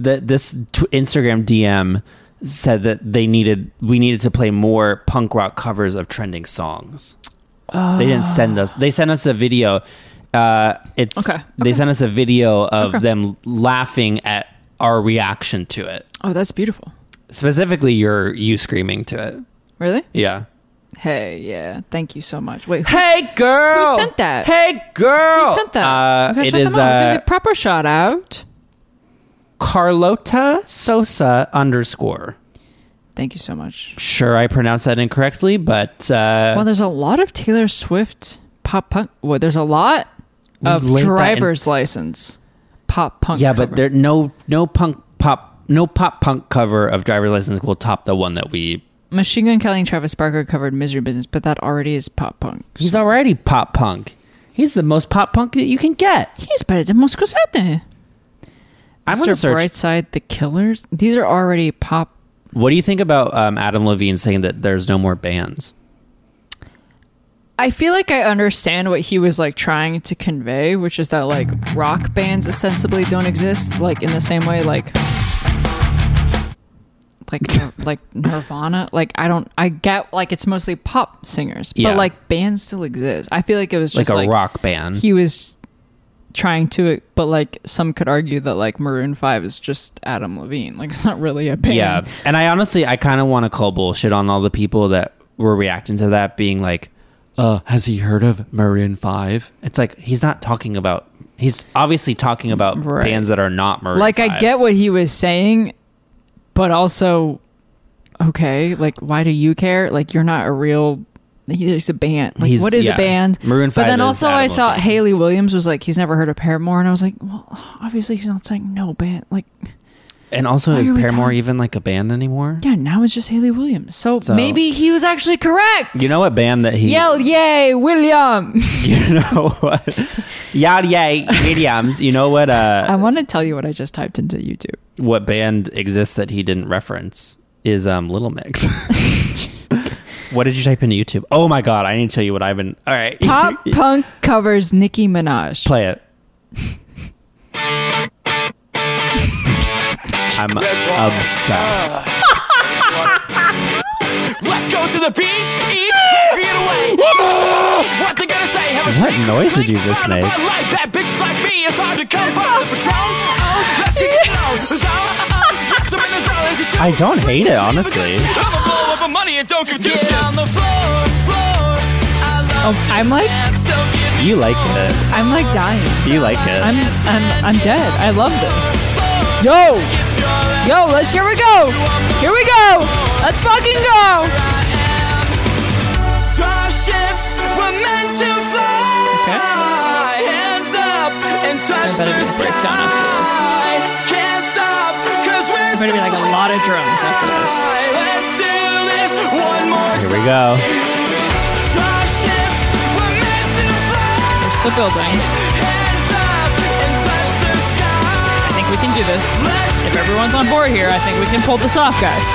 Speaker 3: That this t- Instagram DM said that they needed we needed to play more punk rock covers of trending songs. They didn't send us. They sent us a video. Uh, it's
Speaker 2: Okay,
Speaker 3: They
Speaker 2: okay.
Speaker 3: sent us a video of them laughing at our reaction to it.
Speaker 2: Oh, that's beautiful.
Speaker 3: Specifically, your you screaming to it.
Speaker 2: Really?
Speaker 3: Yeah.
Speaker 2: Hey, yeah. Thank you so much. Wait, who
Speaker 3: Hey girl.
Speaker 2: Who sent that?
Speaker 3: Hey girl.
Speaker 2: sent that?
Speaker 3: Uh,
Speaker 2: We gotta
Speaker 3: it
Speaker 2: shout
Speaker 3: is
Speaker 2: them out. We gotta
Speaker 3: uh,
Speaker 2: get proper shout out.
Speaker 3: Carlota Sosa underscore.
Speaker 2: Thank you so much.
Speaker 3: sure I pronounced that incorrectly, but uh,
Speaker 2: Well, there's a lot of Taylor Swift pop punk. Well, there's a lot
Speaker 3: We
Speaker 2: of
Speaker 3: laid that in-
Speaker 2: driver's license pop punk.
Speaker 3: yeah, but
Speaker 2: cover.
Speaker 3: there no no punk pop no pop punk cover of Driver's License will top the one that we.
Speaker 2: Machine Gun Kelly and Travis Barker covered Misery Business, but that already is pop punk.
Speaker 3: He's already pop punk. He's the most pop punk that you can get.
Speaker 2: He's better than Mosco's out there.
Speaker 3: I'm
Speaker 2: Mr.
Speaker 3: gonna search.
Speaker 2: Brightside, The Killers. These are already pop.
Speaker 3: What do you think about um, Adam Levine saying that there's no more bands?
Speaker 2: I feel like I understand what he was like trying to convey, which is that like rock bands ostensibly don't exist, like in the same way like like Nir- like Nirvana. Like I don't, I get like it's mostly pop singers,
Speaker 3: Yeah.
Speaker 2: but like bands still exist. I feel like it was
Speaker 3: Like
Speaker 2: just
Speaker 3: a
Speaker 2: like,
Speaker 3: rock band.
Speaker 2: he was trying to but like some could argue that like maroon 5 is just adam levine like it's not really a band
Speaker 3: Yeah. And I honestly, I kind of want to call bullshit on all the people that were reacting to that being like, uh, has he heard of Maroon 5? It's like, he's not talking about, he's obviously talking about
Speaker 2: Right.
Speaker 3: bands that are not Maroon
Speaker 2: like
Speaker 3: 5.
Speaker 2: i get what he was saying but also okay like why do you care like you're not a real he's a band like
Speaker 3: He's-
Speaker 2: what is
Speaker 3: yeah.
Speaker 2: a band
Speaker 3: Maroon
Speaker 2: but
Speaker 3: 5
Speaker 2: then
Speaker 3: is
Speaker 2: also
Speaker 3: Adam
Speaker 2: i saw
Speaker 3: Levine.
Speaker 2: haley williams was like he's never heard of paramore and i was like well obviously he's not saying no band like
Speaker 3: And also,
Speaker 2: Why
Speaker 3: is
Speaker 2: are we
Speaker 3: Paramore
Speaker 2: talking-
Speaker 3: even like a band anymore?
Speaker 2: yeah now it's just haley williams so,
Speaker 3: So-
Speaker 2: maybe he was actually correct
Speaker 3: You know what band that he.
Speaker 2: yell yay williams
Speaker 3: You know what? Yal Yay Williams. You know what? Uh,
Speaker 2: I want to tell you what I just typed into YouTube.
Speaker 3: what band exists that he didn't reference is um, Little Mix. what did you type into YouTube? Oh my god! I need to tell you what I've been. All right,
Speaker 2: Pop punk covers Nicki Minaj.
Speaker 3: play it. I'm obsessed.
Speaker 10: Let's go to the beach, eat, free it away. what they gonna say? Have a
Speaker 3: What
Speaker 10: drink,
Speaker 3: noise did
Speaker 10: blink,
Speaker 3: you just
Speaker 10: find a
Speaker 3: make?
Speaker 10: bright light. Bad bitches like me, it's hard to come by. The Patron, oh, let's get it on. Zone, oh, yes, I'm in the zone, as you do.
Speaker 3: I don't hate it, honestly.
Speaker 10: I'ma blow up my money and don't give two shits. on the floor, floor. I love
Speaker 2: I'm like,
Speaker 10: that, so give me
Speaker 3: You like it.
Speaker 2: I'm like dying.
Speaker 3: You like it.
Speaker 2: I'm, I'm, I'm dead. I love this. Yo, yo, let's here we go. Here we go. Let's fucking go.
Speaker 10: Starships were meant to fly. Hands up and touch
Speaker 2: There better be
Speaker 10: the
Speaker 2: a
Speaker 10: sky.
Speaker 2: breakdown after this.
Speaker 10: Can't stop, cause we're
Speaker 2: There's gonna be like a lot of drums after this.
Speaker 10: high. Let's do this one more
Speaker 3: Here we go.
Speaker 10: Starships were meant to fly.
Speaker 2: We're still building.
Speaker 10: Hands up and touch the sky.
Speaker 2: I think we can do this. If everyone's on board here, I think we can pull this off, guys.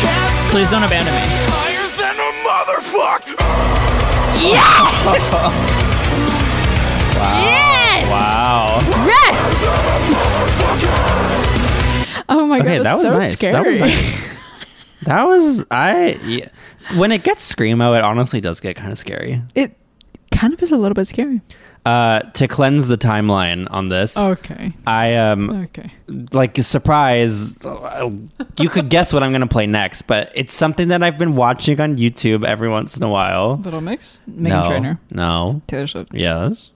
Speaker 10: Can't stop
Speaker 2: Please don't abandon me.
Speaker 10: higher than a motherfucker.
Speaker 3: Wow.
Speaker 2: Oh my
Speaker 3: Okay,
Speaker 2: god,
Speaker 3: that
Speaker 2: that's
Speaker 3: was
Speaker 2: so
Speaker 3: nice.
Speaker 2: scary.
Speaker 3: That was nice. That was I. Yeah. When it gets screamo, it honestly does get kind of scary.
Speaker 2: It kind of is a little bit scary.
Speaker 3: Uh, to cleanse the timeline on this,
Speaker 2: Oh, Okay.
Speaker 3: I um
Speaker 2: Okay.
Speaker 3: like a surprise you could guess what i'm gonna play next but it's something that i've been watching on youtube every once in a while
Speaker 2: Little Mix, Megan
Speaker 3: no
Speaker 2: Trainer,
Speaker 3: no
Speaker 2: Taylor Swift.
Speaker 3: yes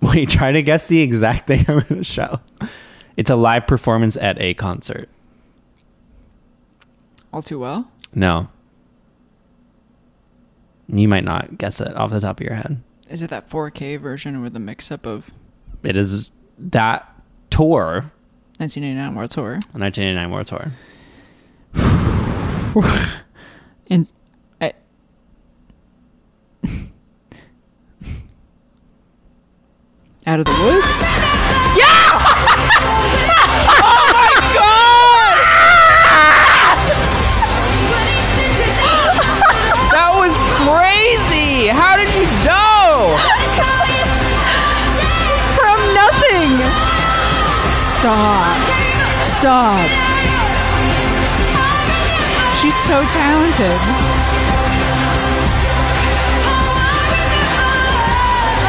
Speaker 3: wait try to guess the exact thing i'm gonna show it's a live performance at a concert
Speaker 2: All too well.
Speaker 3: no you might not guess it off the top of your head
Speaker 2: Is it that 4K version with a mix up of
Speaker 3: it is that tour
Speaker 2: 1989 World Tour?
Speaker 3: the 1989 world tour
Speaker 2: And I, out of the woods.
Speaker 3: that was crazy how did you know
Speaker 2: From nothing. Stop. Stop. She's so talented.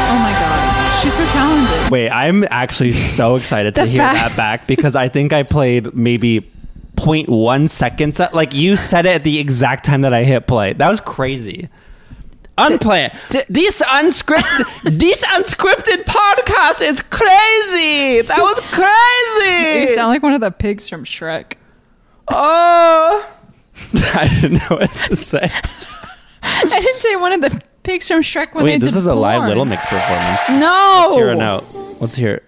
Speaker 2: Oh my god. She's so talented.
Speaker 3: Wait, I'm actually so excited to
Speaker 2: The
Speaker 3: hear
Speaker 2: fact-
Speaker 3: that back because I think I played maybe 0.1 seconds. Like you said it at the exact time that I hit play. That was crazy. Unplay it.
Speaker 2: d-
Speaker 3: this unscripted, this unscripted podcast is crazy. That was
Speaker 2: You
Speaker 3: crazy.
Speaker 2: sound like one of the pigs from Shrek.
Speaker 3: oh, Uh. I didn't know what to say.
Speaker 2: I didn't say one of the pigs from Shrek when
Speaker 3: Wait,
Speaker 2: they
Speaker 3: this
Speaker 2: did
Speaker 3: is a live
Speaker 2: porn.
Speaker 3: Little Mix performance.
Speaker 2: No!
Speaker 3: Let's hear it now. Let's hear it.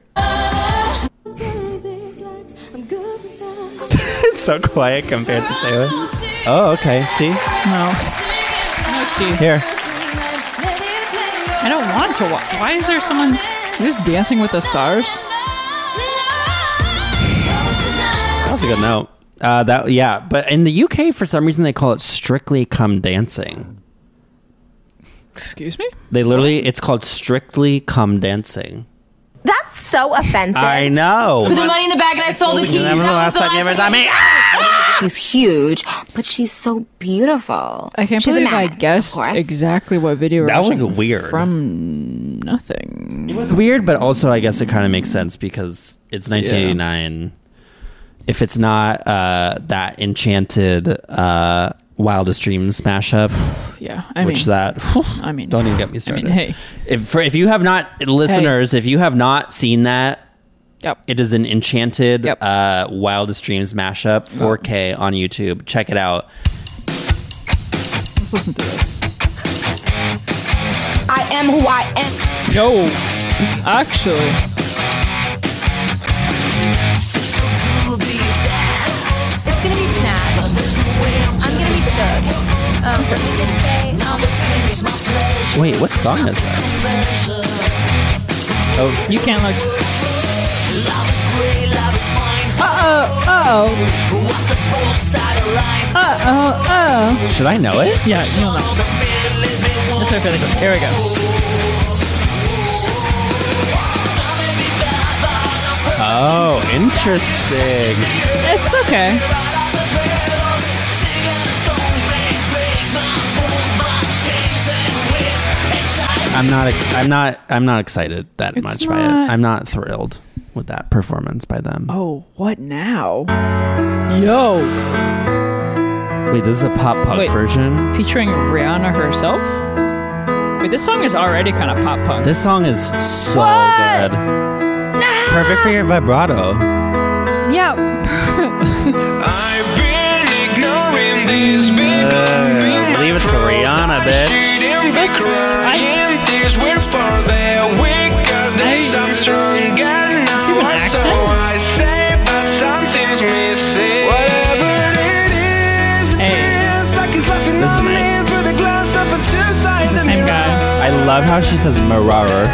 Speaker 3: it's so quiet compared to Taylor. Oh, okay. See?
Speaker 2: No. No tea.
Speaker 3: Here.
Speaker 2: I don't want to watch. Why is there someone? Is this Dancing with the Stars?
Speaker 3: That's a good note. Uh, that yeah, but in the UK for some reason they call it strictly come dancing.
Speaker 2: Excuse me?
Speaker 3: They literally it's called strictly come dancing.
Speaker 6: That's so offensive.
Speaker 3: I know.
Speaker 4: The money in the bag and I stole the keys.
Speaker 3: Remember the
Speaker 4: That was
Speaker 3: last time you ever saw me?
Speaker 6: She's huge, but she's so beautiful.
Speaker 2: I can't
Speaker 6: she's a
Speaker 2: believe I
Speaker 6: man,
Speaker 2: guessed
Speaker 6: Of course.
Speaker 2: exactly what video we're
Speaker 3: That was
Speaker 2: watching
Speaker 3: weird.
Speaker 2: From nothing.
Speaker 3: It was weird, but also I guess it kind of makes sense because it's 1989. If it's not uh, that enchanted uh, Wildest Dreams mashup,
Speaker 2: Yeah, I
Speaker 3: which
Speaker 2: mean,
Speaker 3: that
Speaker 2: I mean,
Speaker 3: don't even get me started.
Speaker 2: hey.
Speaker 3: if for, if you have not listeners, if you have not seen that,
Speaker 2: Yep.
Speaker 3: it is an enchanted
Speaker 2: Yep.
Speaker 3: uh, Wildest Dreams mashup, 4K on YouTube. Check it out.
Speaker 2: Let's listen to this.
Speaker 6: I am who I am.
Speaker 2: Yo, actually,
Speaker 6: It's gonna be snatched. I'm gonna be shook. Um, for me to say, um,
Speaker 3: Wait, what song is this?
Speaker 2: you can't look. Uh oh, uh oh, oh.
Speaker 3: Should I know it?
Speaker 2: Yeah, you'll know. Let's try finishing. Here we go.
Speaker 3: Oh, interesting.
Speaker 2: It's okay.
Speaker 3: I'm not. Ex- I'm not. I'm not excited that
Speaker 2: It's
Speaker 3: much by it.
Speaker 2: not-
Speaker 3: I'm not thrilled with that performance by them.
Speaker 2: Oh, what now? Yo,
Speaker 3: Wait, this is a pop punk
Speaker 2: Wait.
Speaker 3: version.
Speaker 2: featuring Rihanna herself. Wait, this song is already kind of pop punk.
Speaker 3: This song is so good. Perfect for your vibrato.
Speaker 2: yeah,
Speaker 3: Uh, leave it to Rihanna, bitch.
Speaker 2: that's I, is there an accent? Hey, it's the same guy.
Speaker 3: I love how she says Marara.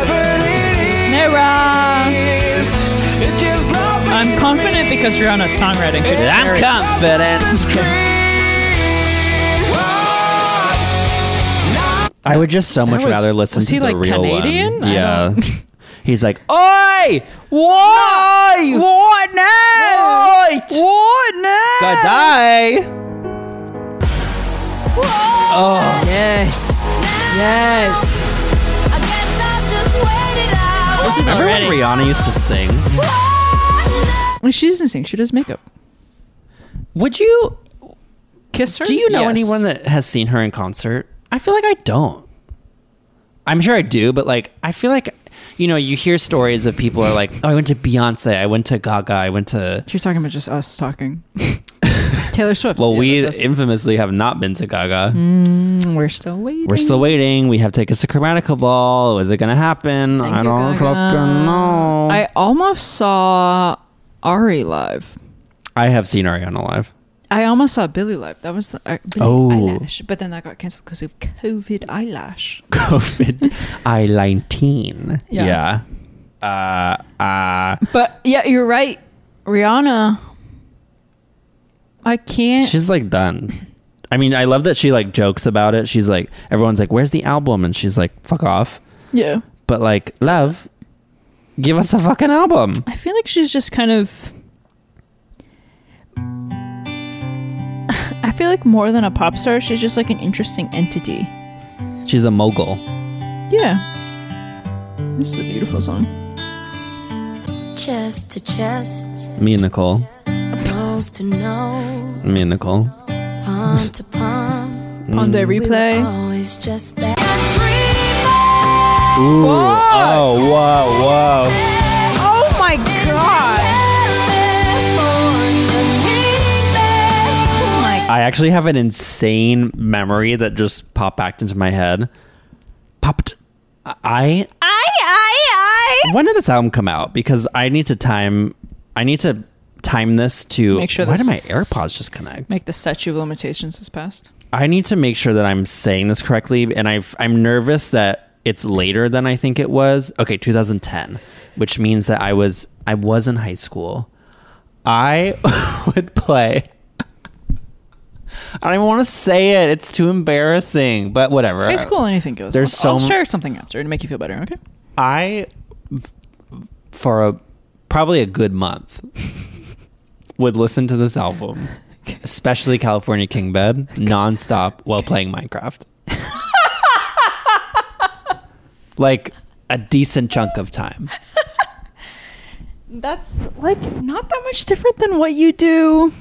Speaker 2: Nera. I'm confident because Rihanna's songwriting. could
Speaker 3: I'm
Speaker 2: carry-
Speaker 3: confident. I would just so much
Speaker 2: was-
Speaker 3: rather listen
Speaker 2: was
Speaker 3: to
Speaker 2: he,
Speaker 3: the
Speaker 2: like,
Speaker 3: real
Speaker 2: Canadian?
Speaker 3: one.
Speaker 2: I
Speaker 3: Yeah. He's like, oi,
Speaker 2: What? What now?
Speaker 3: oi,
Speaker 2: What now?
Speaker 3: die.
Speaker 2: Yes. Yes. This is
Speaker 3: Remember when
Speaker 2: already.
Speaker 3: Rihanna used to sing?
Speaker 2: Well, She doesn't sing. She does makeup.
Speaker 3: Would you?
Speaker 2: Kiss her.
Speaker 3: Do you know
Speaker 2: Yes.
Speaker 3: anyone that has seen her in concert? I feel like I don't. I'm sure I do, but like I feel like, you know, you hear stories of people are like, oh, I went to Beyonce, I went to Gaga, I went to.
Speaker 2: You're talking about just us talking. Taylor Swift.
Speaker 3: Well,
Speaker 2: Yeah,
Speaker 3: we
Speaker 2: that's us.
Speaker 3: infamously have not been to Gaga.
Speaker 2: Mm-hmm. we're still waiting.
Speaker 3: We're still waiting. We have tickets to Chromatica Ball. Is it going to happen? I
Speaker 2: you,
Speaker 3: don't
Speaker 2: Gaga.
Speaker 3: fucking know. I,
Speaker 2: I almost saw Ari live.
Speaker 3: have seen Ariana live.
Speaker 2: I almost saw Billy live. That was the uh, Billie
Speaker 3: Oh.
Speaker 2: eyelash, but then that got canceled because of COVID eyelash.
Speaker 3: COVID I 19.
Speaker 2: Yeah.
Speaker 3: Yeah. Uh, uh,
Speaker 2: But yeah, you're right, Rihanna. I can't.
Speaker 3: she's like done. I mean, I love that she like jokes about it. She's like, everyone's like, where's the album? And she's like, fuck off.
Speaker 2: yeah,
Speaker 3: But like, love, give us a fucking album.
Speaker 2: I feel like she's just kind of. I feel like more than a pop star, she's just like an interesting entity.
Speaker 3: She's a mogul.
Speaker 2: Yeah. This is a beautiful song.
Speaker 7: Chest to chest,
Speaker 3: Me and Nicole.
Speaker 7: nose to nose,
Speaker 3: Me and Nicole.
Speaker 7: palm to palm.
Speaker 3: Mm.
Speaker 2: On the replay.
Speaker 7: Always just that.
Speaker 3: Ooh. Oh, whoa, whoa.
Speaker 2: Oh my god!
Speaker 3: I actually have an insane memory that just popped back into my head. popped. I
Speaker 4: I, I, I.
Speaker 3: when did this album come out? Because I need to time. I need to time this to
Speaker 2: Make sure
Speaker 3: Why
Speaker 2: this-
Speaker 3: did my AirPods just connect?
Speaker 2: Make the statute of limitations is passed.
Speaker 3: I need to make sure that I'm saying this correctly, and I've, I'm nervous that it's later than I think it was. Okay, 2010, which means that I was I was in high school. I would play. I don't even want to say it. It's too embarrassing, but whatever.
Speaker 2: High school, anything goes.
Speaker 3: Uh, There's
Speaker 2: I'll,
Speaker 3: so
Speaker 2: I'll
Speaker 3: m-
Speaker 2: share something after to make you feel better. Okay.
Speaker 3: I for a probably a good month would listen to this album, especially California King Bed, nonstop while playing Minecraft. like a decent chunk of time.
Speaker 2: That's like not that much different than what you do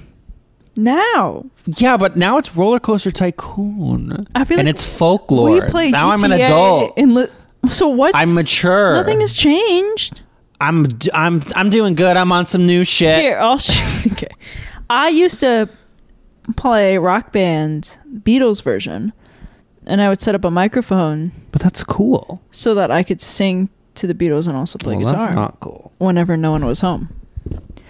Speaker 2: now.
Speaker 3: Yeah, but now it's Roller Coaster Tycoon.
Speaker 2: I feel
Speaker 3: and
Speaker 2: like
Speaker 3: it's folklore.
Speaker 2: We play
Speaker 3: now I'm an
Speaker 2: GTA
Speaker 3: adult.
Speaker 2: and li- so what's
Speaker 3: I'm mature.
Speaker 2: Nothing has changed.
Speaker 3: I'm I'm I'm doing good. I'm on some new shit.
Speaker 2: Here, I'll share. Okay. I used to play rock band Beatles version, and I would set up a microphone
Speaker 3: But that's cool.
Speaker 2: so that I could sing to the Beatles and also play
Speaker 3: Well,
Speaker 2: guitar
Speaker 3: that's not cool.
Speaker 2: whenever no one was home.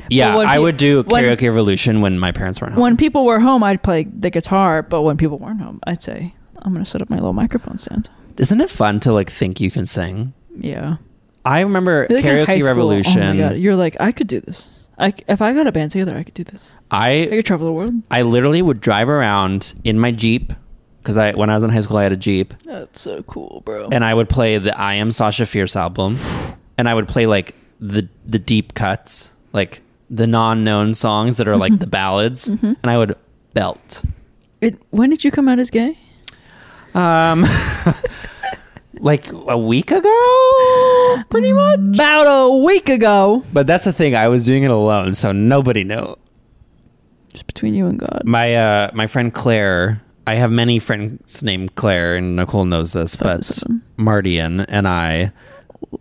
Speaker 3: Yeah,
Speaker 2: But when
Speaker 3: I
Speaker 2: peo-
Speaker 3: would do
Speaker 2: when-
Speaker 3: Karaoke Revolution when my parents weren't home.
Speaker 2: When people were home, I'd play the guitar, but when people weren't home, I'd say, I'm going to set up my little microphone stand.
Speaker 3: Isn't it fun to like think you can sing?
Speaker 2: Yeah.
Speaker 3: I remember
Speaker 2: Like in high
Speaker 3: Karaoke
Speaker 2: school, Oh my
Speaker 3: Revolution.
Speaker 2: God. You're like, I could do this. I, c- if I got a band together, I could do this. I
Speaker 3: I
Speaker 2: could travel the world.
Speaker 3: I literally would drive around in my Jeep because I when I was in high school I had a Jeep
Speaker 2: That's so cool, bro.
Speaker 3: and I would play the I Am Sasha Fierce album and I would play like the the deep cuts, like the non-known songs that are
Speaker 2: Mm-hmm.
Speaker 3: like the ballads and I would belt.
Speaker 2: it, when did you come out as gay?
Speaker 3: Um like a week ago pretty much.
Speaker 2: About a week ago.
Speaker 3: But that's the thing, I was doing it alone, so nobody knew.
Speaker 2: Just between you and God.
Speaker 3: my uh my friend Claire. I have many friends named Claire, and Nicole knows this, but
Speaker 2: Autism.
Speaker 3: Mardian and I.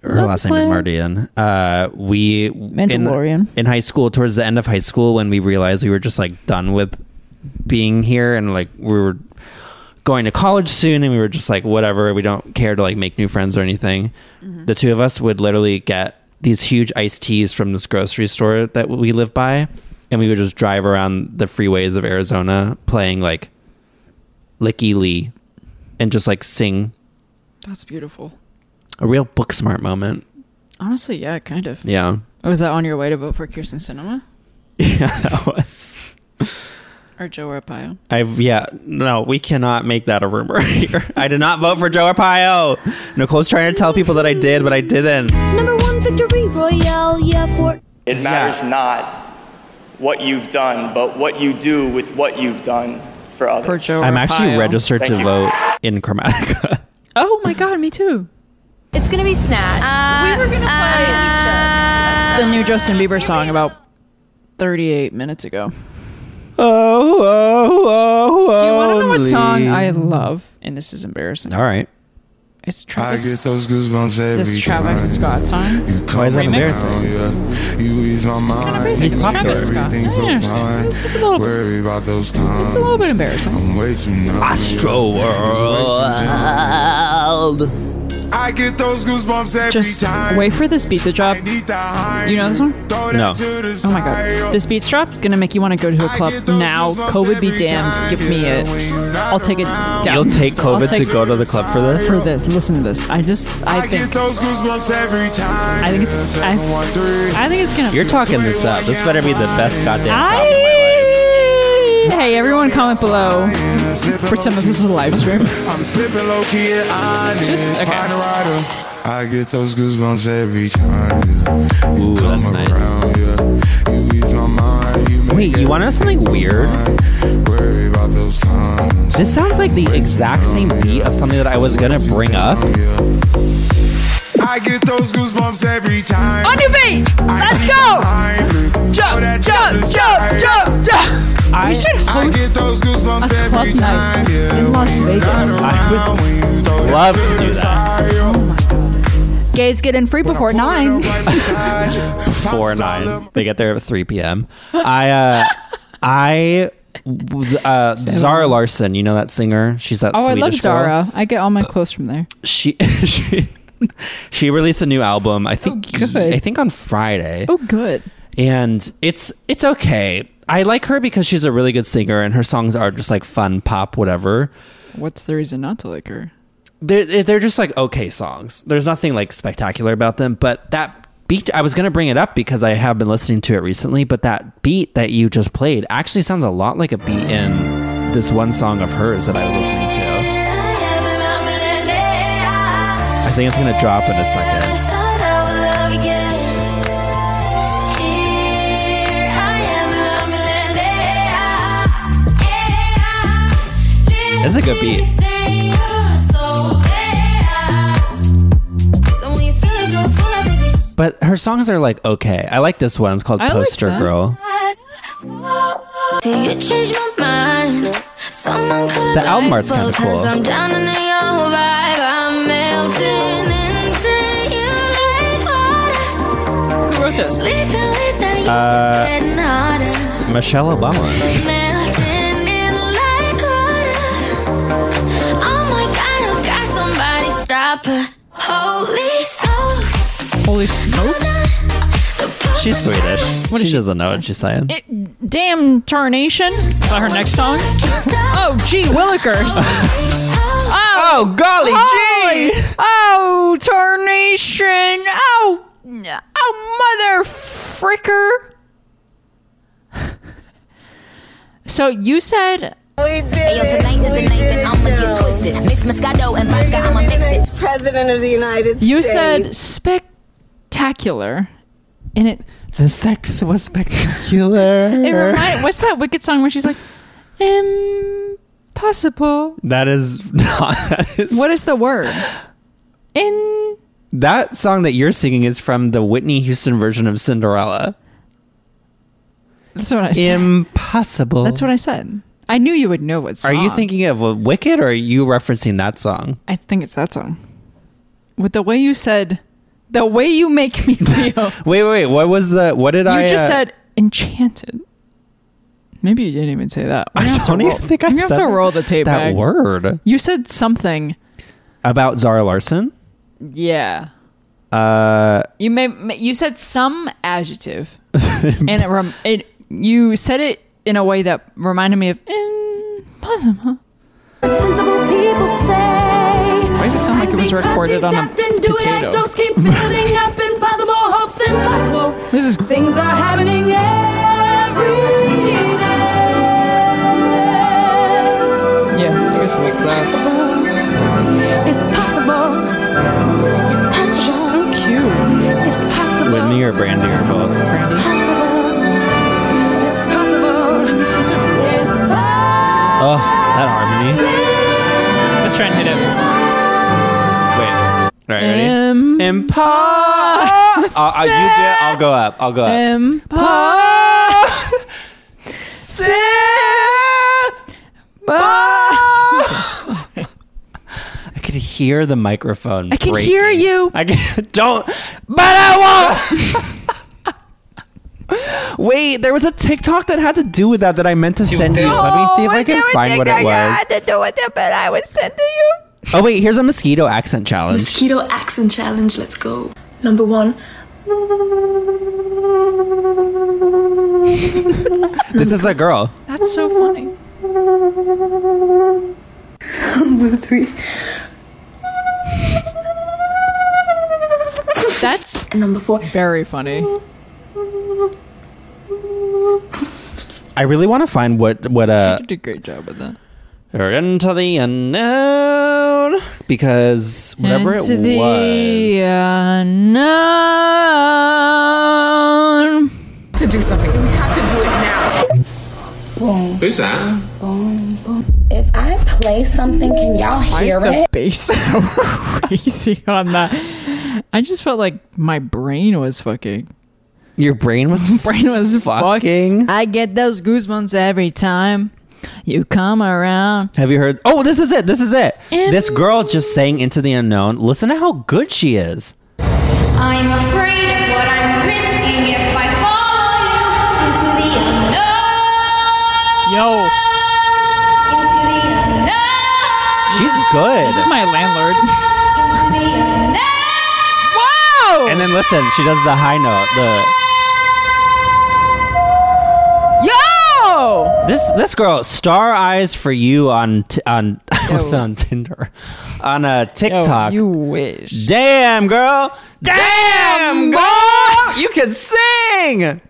Speaker 3: Her
Speaker 2: Love
Speaker 3: last name is
Speaker 2: Claire.
Speaker 3: Mardian. Uh, we
Speaker 2: Mandalorian.
Speaker 3: in, in high school, towards the end of high school, when we realized we were just like done with being here, and like we were going to college soon, and we were just like whatever, we don't care to like make new friends or anything. The two of us would literally get these huge iced teas from this grocery store that we live by, and we would just drive around the freeways of Arizona playing like Licky Lee, and just like sing
Speaker 2: That's beautiful.
Speaker 3: a real book smart moment.
Speaker 2: Honestly, yeah, kind of.
Speaker 3: Yeah.
Speaker 2: Was that on your way to vote for Kirsten Cinema
Speaker 3: Yeah, that was.
Speaker 2: or Joe Arpaio?
Speaker 3: I've yeah. No, we cannot make that a rumor here. I did not vote for Joe Arpaio. Nicole's trying to tell people that I did, but I didn't.
Speaker 7: Number one victory royale, yeah, for
Speaker 11: It matters not what you've done, but what you do with what you've done for others.
Speaker 2: For Joe
Speaker 3: I'm actually
Speaker 2: Arpaio.
Speaker 3: registered
Speaker 11: Thank
Speaker 3: to
Speaker 11: you.
Speaker 3: vote in Chromatica.
Speaker 2: Oh my God, me too.
Speaker 6: It's gonna be Uh, snatched. we were gonna play. uh,
Speaker 2: The new Justin Bieber song about 38 minutes ago.
Speaker 3: oh, oh, oh, oh.
Speaker 2: Do you want to know what song
Speaker 3: Lee.
Speaker 2: I love? And this is embarrassing.
Speaker 3: All right.
Speaker 2: It's
Speaker 12: I
Speaker 2: Travis.
Speaker 12: get those goosebumps every
Speaker 2: this Travis
Speaker 12: time.
Speaker 2: Scott song.
Speaker 12: You
Speaker 3: Why is that
Speaker 12: come around,
Speaker 3: embarrassing?
Speaker 12: yeah. You ease my mind.
Speaker 2: basic.
Speaker 12: You
Speaker 2: It's
Speaker 12: make
Speaker 2: Travis Scott.
Speaker 12: everything
Speaker 2: I
Speaker 12: feel
Speaker 2: understand.
Speaker 12: fine.
Speaker 2: It's just a little bit-
Speaker 12: Worry about those cons.
Speaker 2: It's a little bit embarrassing.
Speaker 12: I'm way too numb.
Speaker 3: Astro World.
Speaker 12: I get those goosebumps every
Speaker 2: Just
Speaker 12: time.
Speaker 2: wait for this pizza drop.
Speaker 12: Need the high.
Speaker 2: You know this one?
Speaker 12: Throw that
Speaker 3: No.
Speaker 12: to the
Speaker 2: Oh my god.
Speaker 12: side.
Speaker 2: This beats drop gonna make you want to go to a
Speaker 12: I
Speaker 2: club
Speaker 12: get those
Speaker 2: now.
Speaker 12: goosebumps
Speaker 2: COVID be
Speaker 12: every
Speaker 2: damned.
Speaker 12: time,
Speaker 2: Give me
Speaker 12: yeah,
Speaker 2: it.
Speaker 12: when you're not
Speaker 2: I'll take it
Speaker 12: around.
Speaker 2: down.
Speaker 3: You'll take
Speaker 2: I'll
Speaker 3: COVID
Speaker 2: take
Speaker 3: to go to the club for this?
Speaker 2: for this. Listen to this. I just I
Speaker 12: I get
Speaker 2: think
Speaker 12: those goosebumps every time.
Speaker 2: I think it's I, I think it's gonna
Speaker 3: You're talking this up. This better be the best goddamn album in my life.
Speaker 2: I Hey everyone comment below. Pretend that this is a live stream.
Speaker 12: I'm sipping low key and honest.
Speaker 2: Just- okay.
Speaker 12: Find a rider. I get those goosebumps every time. Yeah. You
Speaker 3: Ooh,
Speaker 12: come
Speaker 3: that's nice.
Speaker 12: around, yeah. You ease my mind. You make
Speaker 3: Wait, you wanna know something
Speaker 12: everything feel
Speaker 3: weird?
Speaker 12: fine. Worry about those condoms.
Speaker 3: This sounds like the exact same beat of something that I was gonna bring up.
Speaker 12: Yeah. I get those goosebumps every time.
Speaker 2: On your feet! Let's go! Jump, jump, jump, jump, jump! we should
Speaker 12: I get
Speaker 2: host
Speaker 12: those goosebumps
Speaker 2: a club
Speaker 12: every time.
Speaker 2: night
Speaker 12: Yeah.
Speaker 2: in Las Vegas.
Speaker 3: I would love to do that.
Speaker 2: Gays get in free before nine.
Speaker 3: Four and nine. They get there at three p.m. I, uh, I Uh, Zara Larson, you know that singer? She's that.
Speaker 2: oh, I love
Speaker 3: Swedish girl.
Speaker 2: Zara. I get all my clothes from there.
Speaker 3: She she she released a new album. I think I think on Friday.
Speaker 2: Oh, good.
Speaker 3: and it's it's okay. I like her because she's a really good singer, and her songs are just like fun pop, whatever.
Speaker 2: What's the reason not to like her?
Speaker 3: They're they're just like okay songs. There's nothing like spectacular about them, but that beat I was gonna bring it up because I have been listening to it recently, but that beat that you just played actually sounds a lot like a beat in this one song of hers that I was listening to. I think it's gonna drop in a second. This is a good beat. But her songs are like okay. I like this one. It's called
Speaker 6: I like
Speaker 3: Poster
Speaker 6: that.
Speaker 3: Girl.
Speaker 6: Do you change my mind? Someone could
Speaker 3: The album art's
Speaker 6: kind
Speaker 3: kinda cool.
Speaker 6: of I'm drowning in your vibe. I'm melting into you like water.
Speaker 2: Who wrote this?
Speaker 6: Sleeping without you is
Speaker 3: Uh,
Speaker 6: getting harder.
Speaker 3: Michelle Obama.
Speaker 6: Melting in like water. Oh my God, I've got somebody stop her. Holy smokes.
Speaker 2: Holy smokes.
Speaker 3: She's Swedish. she doesn't know what she's saying.
Speaker 2: It, damn tarnation. Is that her next song? oh, gee, Willikers. Oh,
Speaker 3: golly
Speaker 2: gee. Oh, tarnation. Oh, oh, mother fricker. so you said.
Speaker 4: Ayo, tonight is the night that I'ma get twisted. Mix Moscato and vodka, I'ma mix it.
Speaker 5: President of the United
Speaker 2: You
Speaker 5: States.
Speaker 2: said spectacular, and it
Speaker 3: The sex was spectacular.
Speaker 2: it reminded. What's that Wicked song where she's like, impossible?
Speaker 3: that is not. That, is,
Speaker 2: What is the word? In
Speaker 3: that song that you're singing is from the Whitney Houston version of Cinderella.
Speaker 2: that's what I said.
Speaker 3: Impossible.
Speaker 2: That's what I said. I knew you would know what song.
Speaker 3: Are you thinking of uh, Wicked or are you referencing that song?
Speaker 2: I think it's that song. With the way you said, the way you make me feel.
Speaker 3: Wait, wait, wait. What was the. What did
Speaker 2: you
Speaker 3: I.
Speaker 2: just
Speaker 3: uh,
Speaker 2: said enchanted. Maybe you didn't even say that. We're
Speaker 3: I
Speaker 2: gonna have to
Speaker 3: don't even
Speaker 2: roll-
Speaker 3: think I
Speaker 2: we're gonna
Speaker 3: said
Speaker 2: have to roll the tape
Speaker 3: that
Speaker 2: back.
Speaker 3: word.
Speaker 2: You said something.
Speaker 3: About Zara Larson?
Speaker 2: Yeah.
Speaker 3: Uh,
Speaker 2: You may. may- You said some adjective, and it, rem, it. You said it in a way that reminded me of impossible. Why does it sound like it was recorded on a potato?
Speaker 1: keep building up impossible hopes impossible
Speaker 2: This is
Speaker 1: things are happening every
Speaker 2: Yeah, I guess it's that.
Speaker 1: It's possible. It's possible. She's
Speaker 2: so cute.
Speaker 1: It's possible.
Speaker 3: Whitney or Brandy or both? Oh, that harmony.
Speaker 13: Let's try and hit it.
Speaker 3: Wait. All right, ready?
Speaker 2: Um,
Speaker 3: Impossible. I'll, I'll- you do it. I'll go up. I'll go up. I could hear the microphone.
Speaker 2: I can hear
Speaker 3: breaking.
Speaker 2: you.
Speaker 3: I can, don't, but I won't. Wait, there was a TikTok that had to do with that that I meant to send you. Let me see if
Speaker 1: Oh,
Speaker 3: I can find what it was.
Speaker 1: to do with it, but I would send to you.
Speaker 3: Oh wait, here's a mosquito accent challenge.
Speaker 7: Mosquito accent challenge, let's go. Number one.
Speaker 3: This is a girl.
Speaker 2: That's so funny.
Speaker 7: Number three.
Speaker 2: That's
Speaker 7: number four.
Speaker 2: Very funny.
Speaker 3: I really want to find what what uh
Speaker 2: You did a great job with that.
Speaker 3: or into the unknown because whatever
Speaker 2: Into
Speaker 3: it
Speaker 2: the
Speaker 3: was.
Speaker 2: unknown.
Speaker 8: To do something, we have to do it now.
Speaker 13: Who's that?
Speaker 4: If I play something, can y'all
Speaker 2: Why is
Speaker 4: hear
Speaker 2: the
Speaker 4: it?
Speaker 2: bass so crazy on that? I just felt like my brain was fucking.
Speaker 3: Your brain was
Speaker 2: brain was fucking. I get those goosebumps every time you come around.
Speaker 3: Have you heard? Oh, this is it. This is it. This girl just sang into the unknown. Listen to how good she is.
Speaker 4: I'm afraid of what I'm risking if I follow you into the unknown.
Speaker 13: Yo.
Speaker 3: She's
Speaker 7: Ah,
Speaker 3: good.
Speaker 13: This is my landlord.
Speaker 2: Wow!
Speaker 3: And then listen, she does the high note. The
Speaker 2: Yo!
Speaker 3: this this girl, star eyes for you on t- on what's it on Tinder, on uh, TikTok.
Speaker 2: you wish.
Speaker 3: Damn girl, damn, girl, you can sing.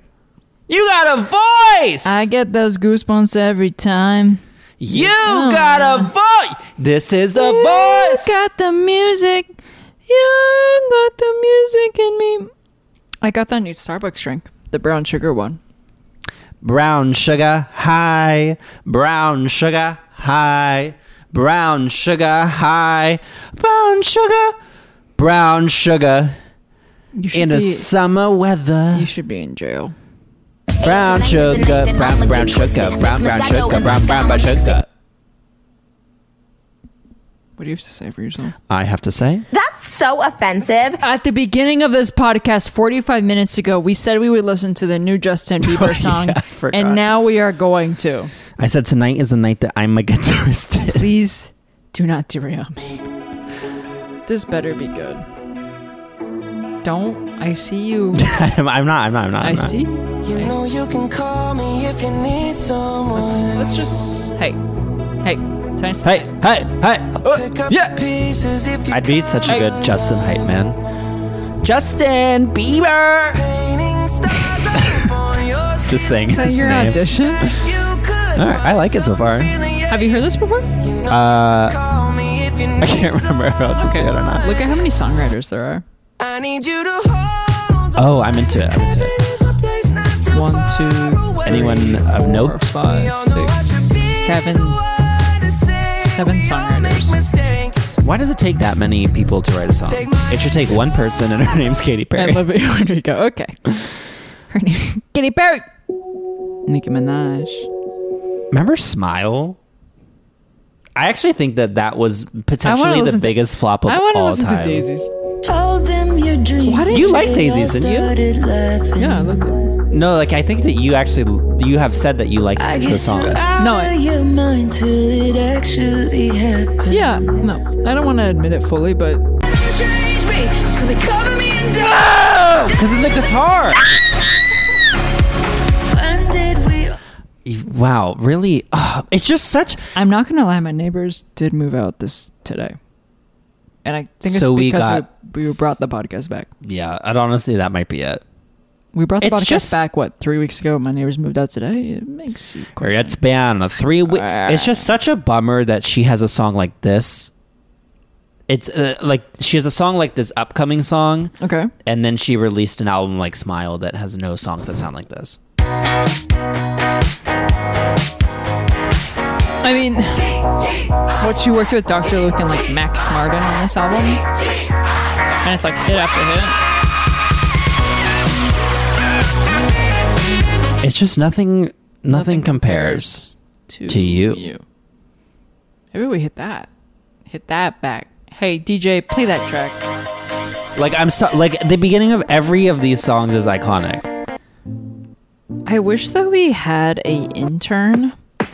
Speaker 3: You got a voice.
Speaker 2: I get those goosebumps every time.
Speaker 3: You got a voice. This is the voice.
Speaker 2: You got the music. You got the music in me. I got that new Starbucks drink, the brown sugar one.
Speaker 3: Brown sugar high, brown sugar high, brown sugar high, brown sugar, brown sugar. In the summer weather,
Speaker 2: you should be in jail.
Speaker 3: Brown sugar, brown brown sugar, brown brown sugar, brown brown brown sugar.
Speaker 2: What do you have to say for yourself?
Speaker 3: I have to say,
Speaker 14: That's so offensive.
Speaker 2: At the beginning of this podcast, 45 minutes ago, we said we would listen to the new Justin Bieber song,
Speaker 3: Oh, forgot.
Speaker 2: and now we are going to.
Speaker 3: I said tonight is the night that I'm a guitarist.
Speaker 2: Please do not derail me. This better be good. Don't. I see you.
Speaker 3: I'm, I'm not. I'm not. I'm not.
Speaker 2: I
Speaker 3: I'm not.
Speaker 2: see.
Speaker 10: You know you can call me if you need someone.
Speaker 2: Let's, let's just. Hey. Hey. Tiny
Speaker 3: Hey, hey, hey! Uh,
Speaker 10: Pick up
Speaker 3: yeah,
Speaker 10: pieces if you
Speaker 3: I'd be such a good Justin hype man. Justin Bieber.
Speaker 10: Painting stars up on your
Speaker 3: Just saying.
Speaker 2: Is that
Speaker 3: his
Speaker 2: your
Speaker 3: name.
Speaker 2: audition?
Speaker 3: All right, I like it so far.
Speaker 2: Have you heard this before?
Speaker 3: Uh, I can't remember if else to do it or not.
Speaker 2: Look at how many songwriters there are.
Speaker 10: I need you to hold
Speaker 3: Oh, I'm into it. I'm into it.
Speaker 2: One, two,
Speaker 3: Anyone of note?
Speaker 2: seven, seven songwriters.
Speaker 10: mistakes.
Speaker 3: Why does it take that many people to write a song? It should take one person, and her name's Katy
Speaker 2: I
Speaker 3: Perry.
Speaker 2: love it. Where do we go? Okay. Her name's Katy Perry. Nicki Minaj.
Speaker 3: Remember Smile? I actually think that that was potentially the
Speaker 2: listen to-
Speaker 3: biggest flop of
Speaker 2: I want to
Speaker 3: all
Speaker 2: listen
Speaker 3: time.
Speaker 2: to Daisies.
Speaker 7: Told them your dreams.
Speaker 3: did You you- like daisies, didn't you?
Speaker 7: you?
Speaker 2: Yeah, I love Daisies.
Speaker 3: No, like I think that you actually you have said that you like the song.
Speaker 2: No,
Speaker 7: No,
Speaker 2: I-
Speaker 7: your mind till it actually happened.
Speaker 2: Yeah, no. I don't want to admit it fully, but
Speaker 10: Change me so they cover me in dark.
Speaker 3: Because Oh, of the guitar.
Speaker 7: When did we
Speaker 3: wow, really? Ugh, it's just such.
Speaker 2: I'm not going to lie. My neighbors did move out this today. And I think it's
Speaker 3: So we
Speaker 2: because
Speaker 3: got-
Speaker 2: we, we brought the podcast back.
Speaker 3: Yeah, and honestly, that might be it.
Speaker 2: We brought the
Speaker 3: It's
Speaker 2: podcast
Speaker 3: just-
Speaker 2: back, what, three weeks ago? My neighbors moved out today. It makes you.
Speaker 3: Or it's been a three week. It's just such a bummer that she has a song like this. It's uh, like she has a song like this upcoming song,
Speaker 2: Okay.
Speaker 3: and then she released an album like Smile that has no songs that sound like this.
Speaker 2: I mean, what she worked with Dr. Luke and like Max Martin on this album, and it's like hit after hit.
Speaker 3: It's just nothing. Nothing, compares,
Speaker 2: to,
Speaker 3: to you.
Speaker 2: Maybe we hit that, hit that back. Hey DJ, play that track.
Speaker 3: Like I'm so like the beginning of every of these songs is iconic.
Speaker 2: I wish that we had a intern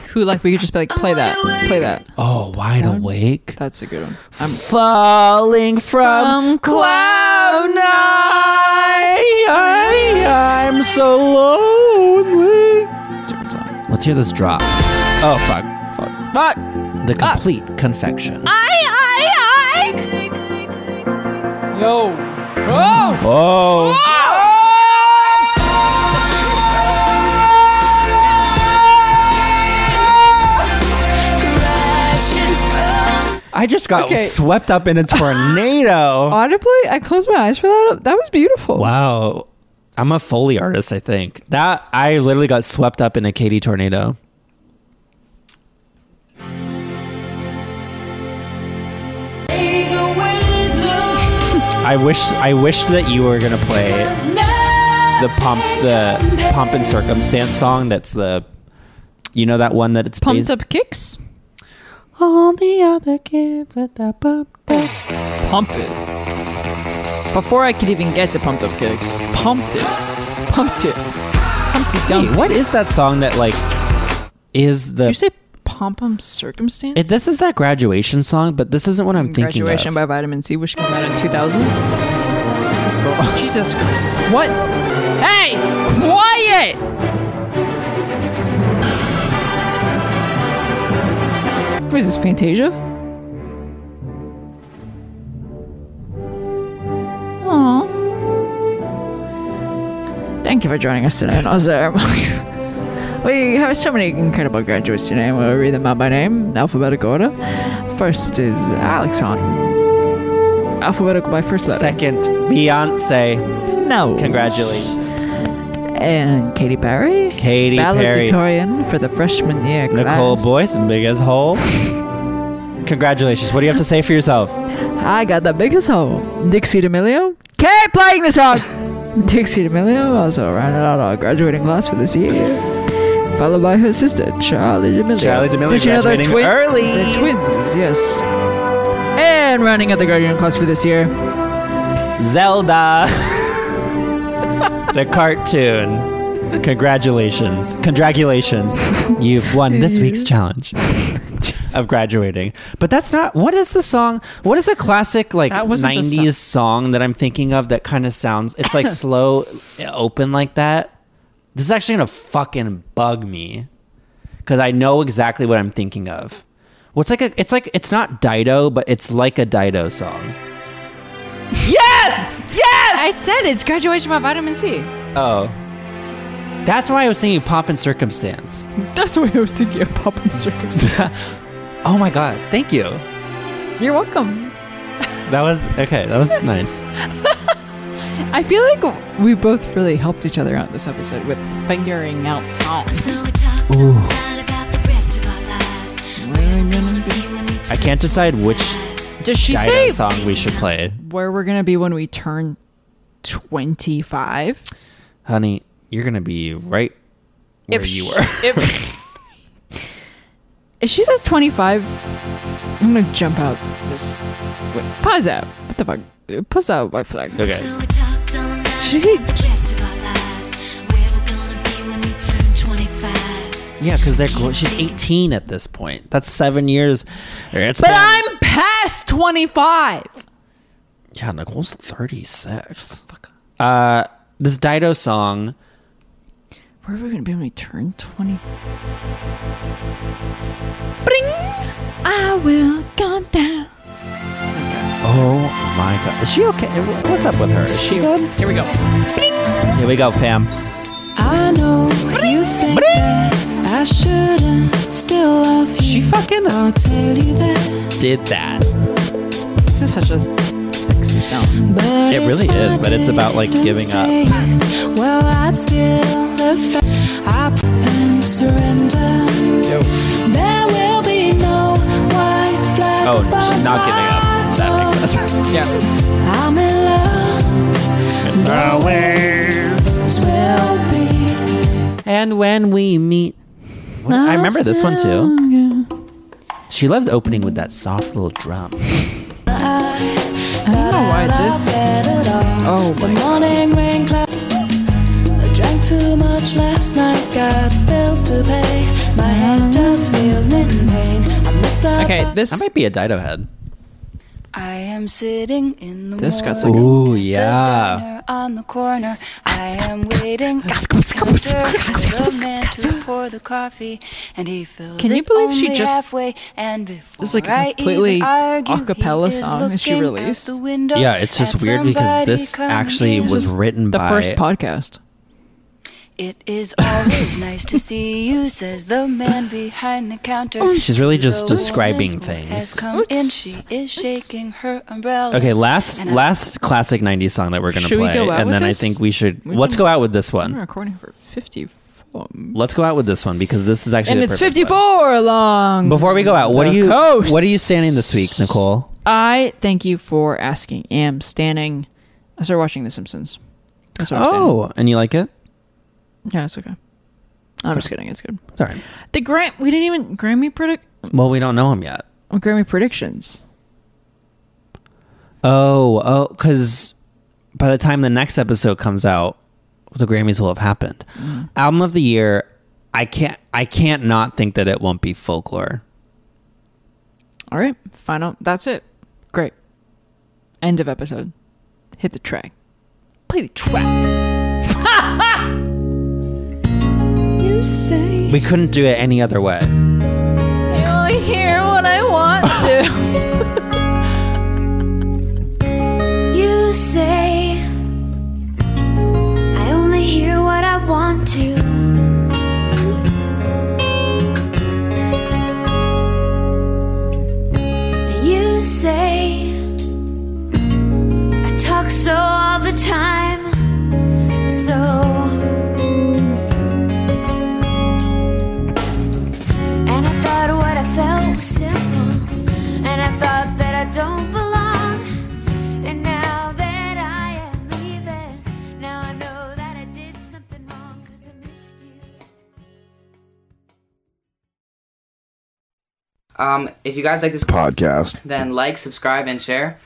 Speaker 2: who like we could just be like play that, play that.
Speaker 3: Oh, wide awake.
Speaker 2: That's a good one. I'm
Speaker 3: falling from, cloud nine. I, am so lonely.
Speaker 2: different song.
Speaker 3: Let's hear this drop. Oh fuck!
Speaker 2: Fuck. Fuck.
Speaker 3: The complete confection.
Speaker 10: I,
Speaker 2: Yo. Oh.
Speaker 3: Oh. I just got
Speaker 2: Okay.
Speaker 3: swept up in a tornado.
Speaker 2: Audibly, I closed my eyes for that. That was beautiful.
Speaker 3: wow. I'm a foley artist, I think. That I literally got swept up in a Katy tornado. I wish I wished that you were gonna play the pump the pump and circumstance song that's the you know that one that it's
Speaker 2: Pumped
Speaker 3: based-
Speaker 2: up kicks.
Speaker 3: all the other kids with that pump
Speaker 2: pump it. Before I could even get to pumped up kicks, pumped it, pumped it, pumped it, dumped
Speaker 3: Wait,
Speaker 2: it.
Speaker 3: what is that song that like is the
Speaker 2: Did you say pompum circumstance?
Speaker 3: it, this is that graduation song, but this isn't what I'm thinking
Speaker 2: Graduation
Speaker 3: of.
Speaker 2: by Vitamin C, which came out in 2000.
Speaker 3: Oh.
Speaker 2: Jesus, Christ. what? Hey, quiet! What is this, Fantasia? Aww. Thank you for joining us today on our ceremonies. We have so many incredible graduates today. We'll read them out by name, alphabetical order. First is Alex Hahn. Alphabetical by first letter.
Speaker 3: Second, Beyonce.
Speaker 2: No.
Speaker 3: Congratulations.
Speaker 2: And Katy Perry.
Speaker 3: Katy Perry.
Speaker 2: Valedictorian for the freshman year
Speaker 3: Nicole
Speaker 2: class.
Speaker 3: Boyce, big as hole. Congratulations. What do you have to say for yourself?
Speaker 2: I got the biggest hole. Dixie D'Amelio. Keep playing the song. Dixie D'Amelio also rounded out our graduating class for this year. Followed by her sister, Charlie D'Amelio.
Speaker 3: Charli D'Amelio
Speaker 2: Did you know they're
Speaker 3: graduating
Speaker 2: twins?
Speaker 3: early.
Speaker 2: They're twins, yes. And rounding out the graduating class for this year,
Speaker 3: Zelda. the cartoon. Congratulations. Congratulations. You've won this week's challenge of graduating. But that's not what is the song? What is a classic like
Speaker 2: That wasn't the song.
Speaker 3: 90s song. that I'm thinking of that kind of sounds it's like slow open like that? This is actually going to fucking bug me cuz I know exactly what I'm thinking of. What's like a it's like it's not Dido, but it's like a Dido song. Yes! Yes!
Speaker 2: I said it's graduation by vitamin C.
Speaker 3: Oh. That's why I was thinking Pop and Circumstance.
Speaker 2: That's why I was thinking of pop and circumstance.
Speaker 3: Oh my god, thank you.
Speaker 2: You're welcome.
Speaker 3: That was okay, that was nice.
Speaker 2: I feel like we both really helped each other out this episode with figuring out songs.
Speaker 3: Ooh.
Speaker 2: Where
Speaker 3: I can't decide which
Speaker 2: Does she
Speaker 3: Dido
Speaker 2: say-
Speaker 3: song we should play.
Speaker 2: we're gonna be when we turn twenty-five?
Speaker 3: Honey, you're gonna be right where
Speaker 2: If
Speaker 3: you
Speaker 2: sh-
Speaker 3: were.
Speaker 2: if- If she says twenty-five, I'm gonna jump out this. Wait, pause out. What the fuck? Pause out. What flag?
Speaker 3: okay. Yeah, because they're gl- she's 18 at this point. That's seven years. It's
Speaker 2: But
Speaker 3: been-
Speaker 2: I'm past twenty-five.
Speaker 3: Yeah, Nicole's 36. Uh, this Dido song.
Speaker 2: Where are we gonna be when we turn twenty? I will go down.
Speaker 3: Oh my god. Is she okay? What's up with her? Is she good?
Speaker 2: Here we go.
Speaker 3: Here we go, fam.
Speaker 15: I know you think that I shouldn't still love you. She
Speaker 3: fucking.
Speaker 15: I'll tell you that.
Speaker 3: Did that.
Speaker 2: This is such a sexy sound.
Speaker 15: But
Speaker 3: It really is, but it's about like giving up.
Speaker 15: Well, I'd still have fa- I p- and surrender. There will be no white flag.
Speaker 3: Oh, she's not giving up. That makes sense.
Speaker 15: I'm in love.
Speaker 3: Always
Speaker 15: will be.
Speaker 3: And when we meet. What- I remember this one too. She loves opening with that soft little drum.
Speaker 15: I don't know why this.
Speaker 2: Oh,
Speaker 15: the morning rain cloud. I drank too much last night, got bills to pay. My head just feels in pain. I missed the bu-
Speaker 3: That might be a Dido head.
Speaker 15: I am sitting in the
Speaker 2: This got
Speaker 15: warm
Speaker 2: some-
Speaker 3: Ooh, yeah.
Speaker 15: corner on the corner. I am waiting. at the counter. The man to pour the coffee, and he fills
Speaker 2: Can you
Speaker 15: it
Speaker 2: believe she
Speaker 15: only
Speaker 2: just-
Speaker 15: halfway. And before
Speaker 2: This is like a
Speaker 15: I
Speaker 2: completely
Speaker 15: even argue,
Speaker 2: a cappella
Speaker 15: he is
Speaker 2: song that she
Speaker 15: looking out
Speaker 2: released.
Speaker 15: the window
Speaker 3: Yeah, it's just
Speaker 15: at
Speaker 3: weird because
Speaker 15: somebody
Speaker 3: this
Speaker 15: coming
Speaker 3: actually
Speaker 15: in.
Speaker 3: was written
Speaker 2: the
Speaker 3: by
Speaker 2: first podcast.
Speaker 15: It is always nice to see you, says the man behind the counter.
Speaker 3: She's really just
Speaker 15: The woman
Speaker 3: describing
Speaker 15: who
Speaker 3: things.
Speaker 15: Has come in. She is shaking her umbrella.
Speaker 3: Okay, last last classic '90s song that we're gonna
Speaker 2: Should we
Speaker 3: play,
Speaker 2: go out
Speaker 3: and
Speaker 2: with
Speaker 3: then
Speaker 2: this?
Speaker 3: I think we should
Speaker 2: We've
Speaker 3: let's
Speaker 2: been-
Speaker 3: go out with this
Speaker 2: We're
Speaker 3: one.
Speaker 2: recording for fifty-four,
Speaker 3: Let's go out with this one because this is actually
Speaker 2: and
Speaker 3: the
Speaker 2: it's
Speaker 3: perfect
Speaker 2: fifty-four long.
Speaker 3: one. Before we go out, what
Speaker 2: the
Speaker 3: are you
Speaker 2: coast.
Speaker 3: what are you standing this week, Nicole?
Speaker 2: I thank you for asking. Am standing. I started watching The Simpsons. That's what I'm
Speaker 3: oh, and you like it?
Speaker 2: saying. Yeah, it's okay. I'm just kidding. It's good.
Speaker 3: It's all right.
Speaker 2: The Grant. We didn't even Grammy predict.
Speaker 3: Well, we don't know him yet.
Speaker 2: Grammy predictions.
Speaker 3: Oh, oh, because by
Speaker 2: Mm.
Speaker 3: the time the next episode comes out, the Grammys will have happened. Album of the year, I can't I can't not think that it won't be folklore.
Speaker 2: All right, final. That's it. Great. End of episode. Hit the track. Play the track. you say
Speaker 3: We couldn't do it any other way.
Speaker 2: you only hear what I want to.
Speaker 7: You say I only hear what I want to. You say I talk so all the time. So and I thought what I felt was simple. And I thought that I don't belong. And now that I am leaving, now I know that I did something wrong because I missed you.
Speaker 16: Um, if you guys like this
Speaker 17: podcast,
Speaker 16: then like, subscribe, and share.